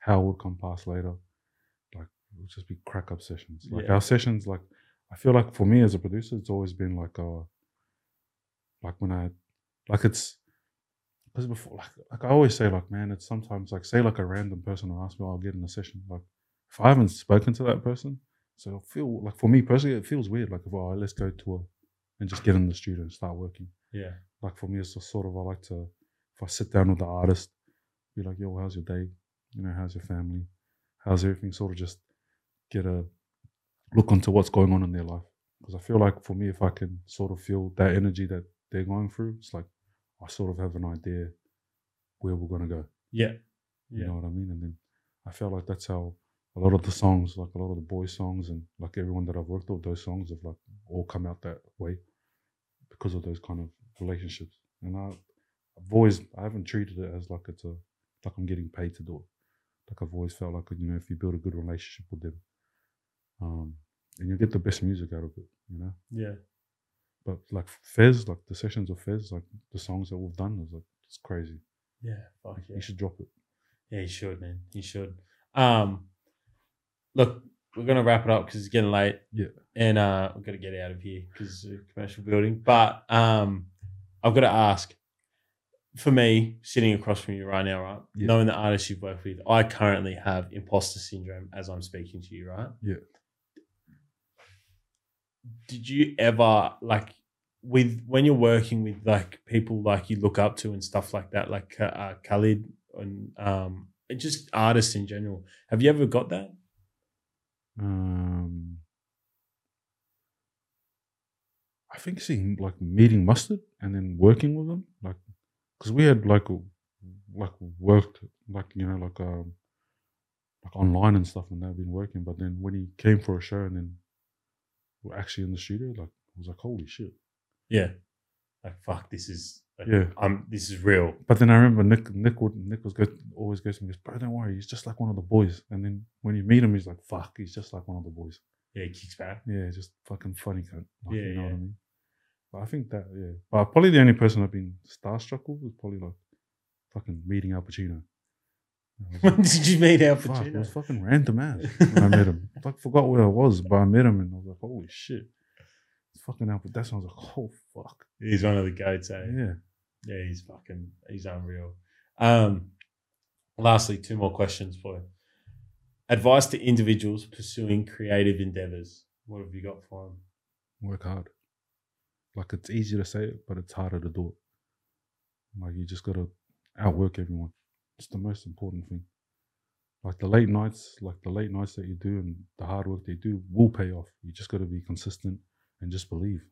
S2: Hal would come past later. Like it would just be crack up sessions. Like
S1: Yeah.
S2: our sessions, like I feel like for me as a producer, it's always been like uh like when I like it's because before like like I always say like man, it's sometimes like say like a random person will ask me, I'll get in a session. Like if I haven't spoken to that person, so I feel like for me personally, it feels weird. Like if I let's go to a and just get in the studio and start working.
S1: yeah,
S2: Like for me, it's just sort of I like to if I sit down with the artist, be like, yo, how's your day? You know, how's your family? How's everything? Sort of just get a look onto what's going on in their life. Because I feel like for me, if I can sort of feel that energy that they're going through, it's like I sort of have an idea where we're gonna go.
S1: Yeah.
S2: You
S1: Yeah.
S2: know what I mean? And then I felt like that's how a lot of the songs, like a lot of the boy songs and like everyone that I've worked with, those songs have like all come out that way because of those kind of relationships. And I, I've always, I haven't treated it as like it's a, like I'm getting paid to do it. Like I've always felt like, you know, if you build a good relationship with them, um, and you get the best music out of it, you know?
S1: Yeah.
S2: But like Fez, like the sessions of Fez, like the songs that we've done, is like, it's crazy.
S1: Yeah. Fuck yeah.
S2: You should drop it.
S1: Yeah, you should, man. You should. Um, look, we're gonna wrap it up because it's getting late.
S2: Yeah.
S1: and uh, we're gonna get out of here because it's a commercial building. But um, I've got to ask. For me, sitting across from you right now, right,
S2: Yeah.
S1: knowing the artists you've worked with, I currently have imposter syndrome as I'm speaking to you, right?
S2: Yeah.
S1: Did you ever like with when you're working with like people like you look up to and stuff like that, like Ka- uh, Khalid and um, and just artists in general. Have you ever got that?
S2: Um, I think seeing like meeting mustard and then working with them, like, because we had like, w- like worked like you know like um like online and stuff, and they've been working. But then when he came for a show and then we're actually in the studio, like I was like, holy shit,
S1: Yeah, like fuck, this is like,
S2: yeah.
S1: I'm this is real.
S2: But then I remember Nick Nick would Nick was good, always goes to me, goes, bro, don't worry, he's just like one of the boys. And then when you meet him, he's like, fuck, he's just like one of the boys.
S1: Yeah, it kicks back.
S2: Yeah, just fucking funny cunt. Like,
S1: Yeah,
S2: you know what I
S1: yeah.
S2: mean? But I think that, yeah. But probably the only person I've been starstruck with was probably like fucking meeting Al Pacino. I was like,
S1: when did you meet Al
S2: Fuck, it was
S1: Pacino?
S2: fucking random ass when I met him. I forgot where I was, but I met him and I was like, holy shit. It's fucking Al Pacino. That's when I was like, oh fuck.
S1: He's one of the goats, eh?
S2: Yeah.
S1: Yeah, he's fucking he's unreal. Um lastly, two more questions for you. Advice to individuals pursuing creative endeavors. What have you got for them?
S2: work hard. Like it's easy to say it, but it's harder to do it. Like you just gotta outwork everyone. It's the most important thing. Like the late nights, like the late nights that you do and the hard work that you do will pay off. You just gotta be consistent and just believe.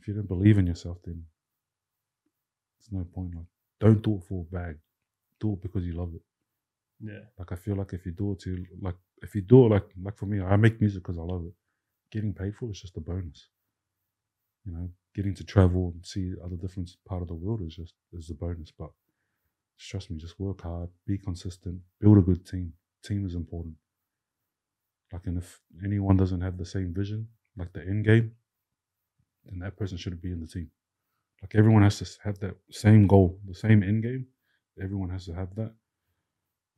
S2: If you don't believe in yourself, then it's no point. Like don't do it for a bag. Do it because you love it.
S1: Yeah.
S2: Like I feel like if you do it to like if you do it like like for me, I make music because I love it. Getting paid for it is just a bonus. You know, getting to travel and see other different part of the world is just is a bonus. But just trust me, just work hard, be consistent, build a good team. Team is important. Like, and if anyone doesn't have the same vision, like the end game, then that person shouldn't be in the team. Like everyone has to s- have that same goal, the same end game. Everyone has to have that,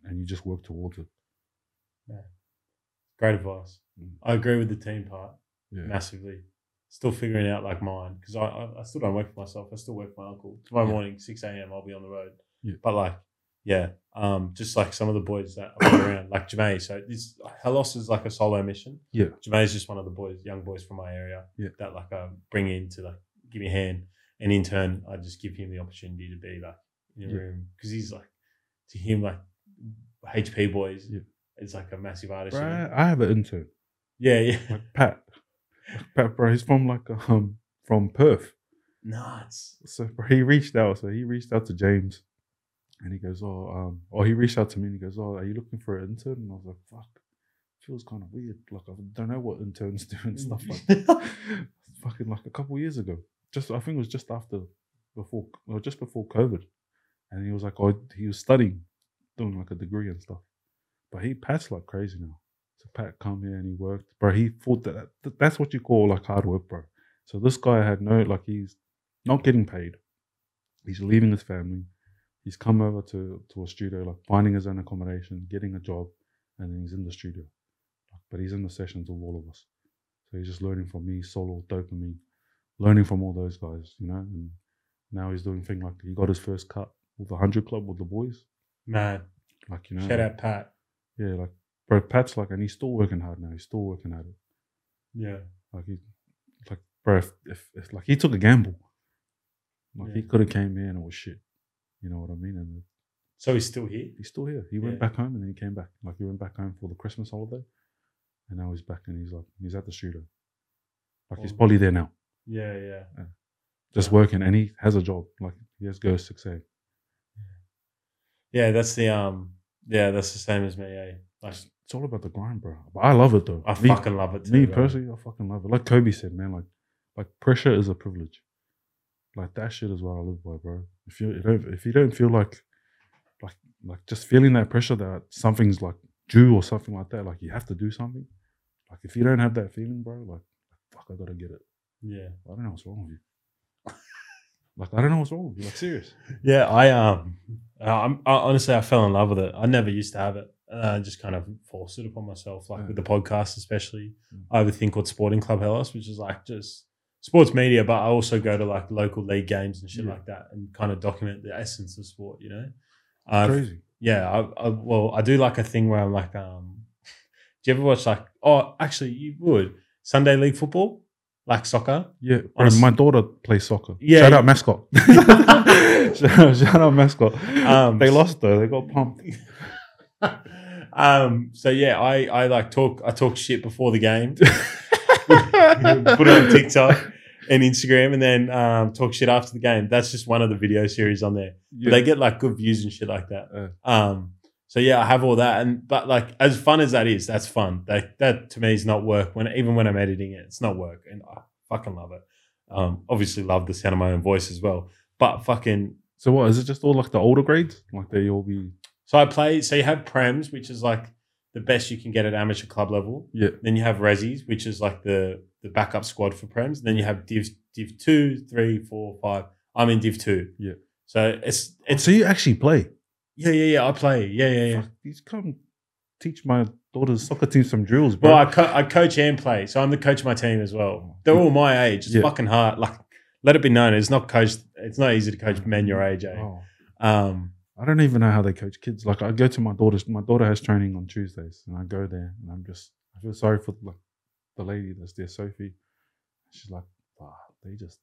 S2: and you just work towards it.
S1: Great advice.
S2: Mm.
S1: I agree with the team part
S2: Yeah.
S1: massively. Still figuring out like mine because I, I I still don't work for myself. I still work for my uncle. Tomorrow
S2: Yeah.
S1: morning, six a.m. I'll be on the road.
S2: Yeah.
S1: But like, yeah, um, just like some of the boys that are around, like Jamey. So this Helos is like a solo mission.
S2: Yeah.
S1: Jamey's just one of the boys, young boys from my area.
S2: Yeah.
S1: That like I bring in to like give me a hand, and in turn I just give him the opportunity to be like in a
S2: Yeah.
S1: room because he's like to him like HP boys.
S2: Yeah.
S1: It's like a massive artist. you know?
S2: Bruh, I have an intern,
S1: Yeah, yeah.
S2: like Pat. Like Pat, bro, he's from like um from Perth.
S1: Nuts.
S2: So bro, he reached out. So he reached out to James, and he goes, "Oh, um, or he reached out to me and he goes, "Oh, are you looking for an intern?" And I was like, "Fuck, feels kind of weird. Like I don't know what interns do and stuff like
S1: that.
S2: fucking like a couple years ago. Just I think it was just after, before or just before COVID, and he was like, oh, he was studying, doing like a degree and stuff. But he Pat's like crazy now. So Pat come here and he worked, bro. He thought that, that that's what you call like hard work, bro. So this guy had no like he's not getting paid. He's leaving his family. He's come over to to a studio, like finding his own accommodation, getting a job, and then he's in the studio. But he's in the sessions of all of us. So he's just learning from me, solo, dopamine, learning from all those guys, you know. And now he's doing thing like he got his first cut with the hundred club with the boys,
S1: Man,
S2: like you know.
S1: shout out Pat.
S2: Yeah, like bro, Pat's like, and he's still working hard now. He's still working at it.
S1: Yeah.
S2: Like he, like bro, if, if, if like he took a gamble, like he
S1: Yeah.
S2: could have came in or shit. You know what I mean? And
S1: So he's still here.
S2: He's still here. He went
S1: Yeah.
S2: back home and then he came back. Like he went back home for the Christmas holiday, and now he's back and he's like he's at the shooter. Like he's
S1: Oh.
S2: probably there now,
S1: Yeah, yeah.
S2: just
S1: Yeah.
S2: working, and he has a job. Like he has go six a.
S1: Yeah, that's the um. Yeah, that's the same as me. Eh? Like,
S2: It's all about the grind, bro. But I love it though.
S1: I
S2: Me-
S1: fucking love it. Too,
S2: me
S1: bro.
S2: personally, I fucking love it. Like Kobe said, man, like like pressure is a privilege. Like that shit is what I live by, bro. If you, you don't if you don't feel like like like just feeling that pressure that something's like due or something like that, like you have to do something. Like if you don't have that feeling, bro, like fuck, I gotta get it.
S1: Yeah,
S2: I don't know what's wrong with you. like I don't know what's wrong with you. Like serious.
S1: yeah. I um, uh, I'm, I honestly I fell in love with it. I never used to have it. Uh, I just kind of forced it upon myself, like
S2: Yeah.
S1: with the podcast, especially.
S2: Mm.
S1: I have a thing called Sporting Club Hellas, which is like just sports media, but I also go to like local league games and shit
S2: Yeah.
S1: like that, and kind of document the essence of sport. You know, Uh, I've,
S2: Crazy.
S1: yeah, I, I well, I do like a thing where I'm like, um, do you ever watch like, oh, actually, you would Sunday league football, like soccer.
S2: Yeah,
S1: On
S2: bro,
S1: a s-
S2: my daughter plays soccer.
S1: Yeah,
S2: shout
S1: yeah.
S2: out mascot. shout, out, shout out mascot.
S1: Um,
S2: they lost though. They got pumped.
S1: um, so yeah, I I like talk, I talk shit before the game, put it on TikTok and Instagram, and then um, talk shit after the game. That's just one of the video series on there. But
S2: Yeah.
S1: they get like good views and shit like that.
S2: Uh.
S1: Um, so yeah, I have all that, and but like as fun as that is, that's fun. Like that to me is not work. When even when I'm editing it, it's not work, and I fucking love it. Um, obviously love the sound of my own voice as well, but fucking.
S2: so what is it? Just all like the older grades? Like they all be
S1: So I play. So you have prems, which is like the best you can get at amateur club level.
S2: yeah.
S1: Then you have resis, which is like the the backup squad for prems. And then you have div div two, three, four, five. I'm in div two.
S2: Yeah.
S1: So it's it's
S2: so you actually play?
S1: yeah yeah yeah. I play yeah yeah yeah.
S2: Fuck, these come teach my daughter's soccer team some drills, bro.
S1: Well, I, co- I coach and play, so I'm the coach of my team as well. They're all my age. It's
S2: Yeah.
S1: fucking hard. Like, let it be known, it's not coached. It's not easy to coach men your age. Eh?
S2: Oh,
S1: Um,
S2: I don't even know how they coach kids. Like I go to my daughter's. My daughter has training on Tuesdays, and I go there, and I'm just I feel sorry for like the lady that's there, Sophie. She's like, wow, they just.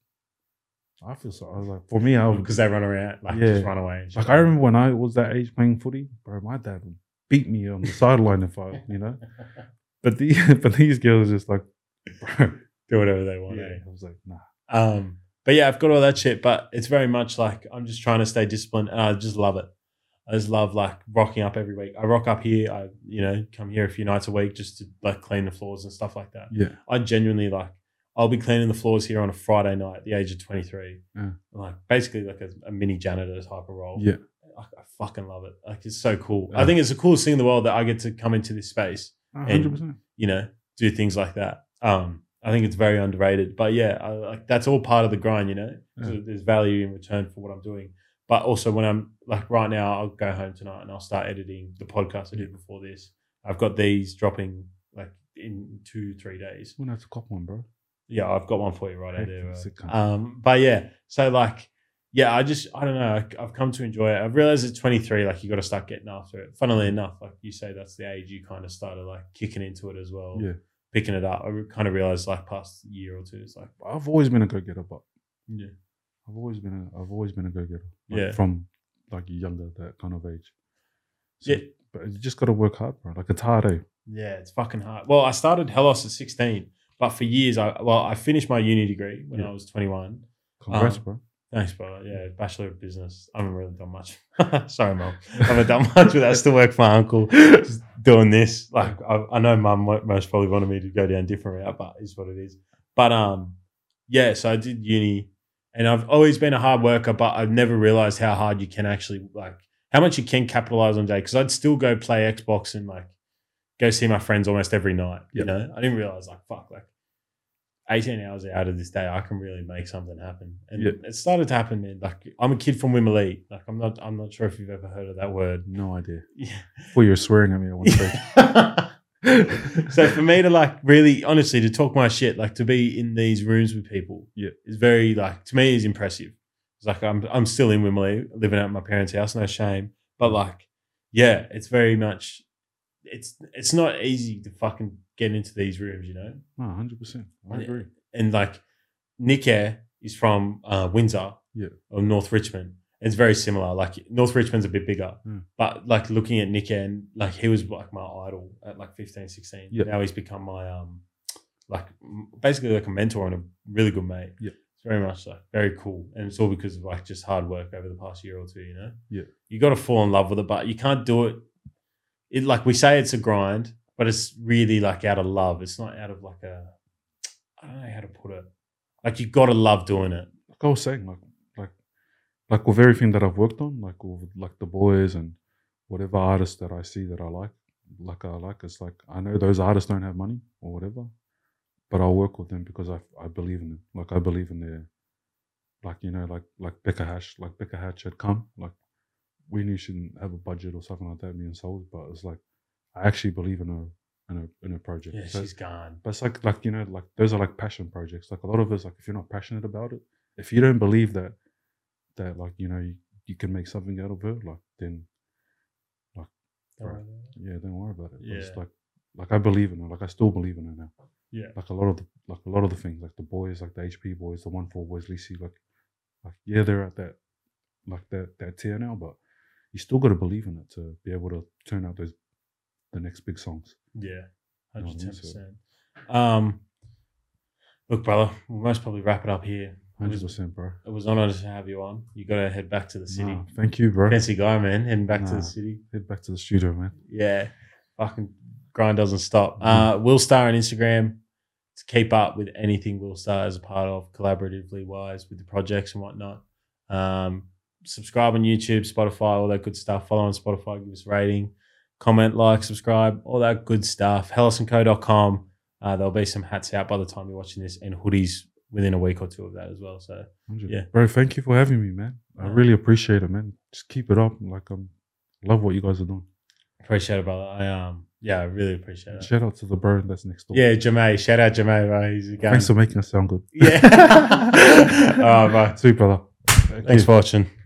S2: I feel so. I was like, for me, I was
S1: because they run around, like
S2: Oh. Yeah.
S1: just run away. and shit.
S2: Like I remember when I was that age playing footy, bro, my dad would beat me on the sideline if I, you know. But the but these girls just like, bro,
S1: do whatever they want.
S2: yeah.
S1: eh?
S2: I was like, nah,
S1: Um, but yeah, I've got all that shit, but it's very much like I'm just trying to stay disciplined and I just love it. I just love like rocking up every week. I rock up here, I you know, come here a few nights a week just to like clean the floors and stuff like that.
S2: yeah,
S1: I genuinely like I'll be cleaning the floors here on a Friday night at the age of 23.
S2: Yeah.
S1: Like basically like a, a mini janitor type of role.
S2: Mm. yeah,
S1: I, I fucking love it. Like it's so cool. I
S2: Yeah.
S1: think it's the coolest thing in the world that I get to come into this space
S2: hundred percent.
S1: you know, do things like that. Um, I think it's very underrated. But yeah, I, like that's all part of the grind, you know. So
S2: Yeah.
S1: there's value in return for what I'm doing. But also when I'm like right now, I'll go home tonight and I'll start editing the podcast I did before this. I've got these dropping like in two, three days.
S2: We're gonna have to cop one, bro.
S1: Yeah, I've got one for you right out
S2: Heck,
S1: there.
S2: sick
S1: bro.
S2: cunt.
S1: Um, but yeah, so like, yeah, I just I don't know. I, I've come to enjoy it. I've realized at 23, like you got to start getting after it. Funnily
S2: Mm.
S1: enough, like you say, that's the age you kind of started like kicking into it as well.
S2: Yeah.
S1: picking it up. I re- kind of realized like past year or two, it's like
S2: I've always been a go getter, but
S1: yeah,
S2: I've always been a I've always been a go getter. Like,
S1: Yeah.
S2: from like younger that kind of age.
S1: Yeah.
S2: but you just gotta work hard, bro. Like it's hard, eh?
S1: yeah, it's fucking hard. Well, I started Hellos at 16, but for years, I well, I finished my uni degree when
S2: Yeah.
S1: I was 21.
S2: Congrats,
S1: Um,
S2: bro.
S1: Thanks, bro. Yeah, Bachelor of Business. I haven't really done much. Sorry, mum. I haven't done much, but I still work for my uncle just doing this. Like, I, I know mum mo- most probably wanted me to go down different route, but it's what it is. But, um, yeah, so I did uni and I've always been a hard worker, but I've never realized how hard you can actually, like, how much you can capitalize on day. Cause I'd still go play Xbox and, like, go see my friends almost every night. You
S2: Yep.
S1: know, I didn't realize, like, fuck, like, 18 hours out of this day, I can really make something happen. And
S2: Yeah.
S1: it started to happen, man. Like I'm a kid from Wimmerley. Like I'm not I'm not sure if you've ever heard of that word.
S2: No idea.
S1: Yeah.
S2: Well, you're swearing at me at one stage.
S1: so for me to like really honestly to talk my shit, like to be in these rooms with people
S2: Yeah.
S1: is very like to me is impressive. It's like I'm I'm still in Wimmerley, living at my parents' house, no shame. But like, yeah, it's very much it's it's not easy to fucking get into these rooms, you know?
S2: No, hundred percent. I
S1: Yeah.
S2: agree.
S1: and like Nick Air is from uh, Windsor
S2: Yeah.
S1: or North Richmond, It's very similar. Like North Richmond's a bit bigger,
S2: Mm.
S1: but like looking at Nick and like he was like my idol at like 15, 16.
S2: Yep.
S1: Now he's become my um like m- basically like a mentor and a really good mate.
S2: Yep.
S1: It's very much like very cool, and it's all because of like just hard work over the past year or two. You know.
S2: Yeah.
S1: You got to fall in love with it, but you can't do it. It like we say it's a grind, but it's really like out of love. It's not out of like a I don't know how to put it. Like you got to love doing it.
S2: like I was saying, like like like with everything that I've worked on, like with like the boys and whatever artists that I see that I like, like I like, it's like I know those artists don't have money or whatever, but I'll work with them because I I believe in them. Like I believe in their, like you know, like like Becca Hash, like Becca Hatch had come, like we knew she didn't have a budget or something like that, me and Souls, but it's like I actually believe in her in her in her project.
S1: Yeah,
S2: So-
S1: she's gone.
S2: but it's like like you know like those are like passion projects. Like a lot of us like if you're not passionate about it, if you don't believe that that like you know you, you can make something out of it, like then Right. yeah, don't worry about it. But It's
S1: Yeah.
S2: like like I believe in it. Like I still believe in it now.
S1: Yeah.
S2: Like a lot of the like a lot of the things like the boys like the HP boys, the one four boys, Lisi like like yeah they're at that like that that tier now, but you still got to believe in it to be able to turn out those the next big songs.
S1: Yeah,
S2: I
S1: hundred
S2: don't
S1: ten
S2: think
S1: percent. Um, look, brother, we'll most probably wrap it up here. It was,
S2: Hundred percent, bro.
S1: it was an honor to have you on. You got to head back to the city.
S2: Nah, thank you, bro.
S1: Fancy guy, man, heading back to
S2: Nah.
S1: the city.
S2: Head back to the studio, man.
S1: Yeah, fucking grind doesn't stop. Uh, Will Star on Instagram to keep up with anything Will Star is a part of, collaboratively wise with the projects and whatnot. Um, subscribe on YouTube, Spotify, all that good stuff. Follow on Spotify, give us a rating, comment, like, subscribe, all that good stuff. Hellisandco.com. Uh, there'll be some hats out by the time you're watching this and hoodies within a week or two of that as well. So
S2: 100.
S1: Yeah.
S2: Bro, thank you for having me, man. I
S1: Yeah.
S2: really appreciate it, man. Just keep it up. Like, um, love what you guys are doing.
S1: appreciate it, brother. I um yeah, I really appreciate
S2: And
S1: it.
S2: Shout out to the bro that's next door.
S1: Yeah, Jamay. Shout out Jamay, bro. He's a gun.
S2: Thanks for making us sound good.
S1: Yeah. All right, bro.
S2: Sweet, brother. Thank
S1: Um, uh, Thanks
S2: you.
S1: for watching.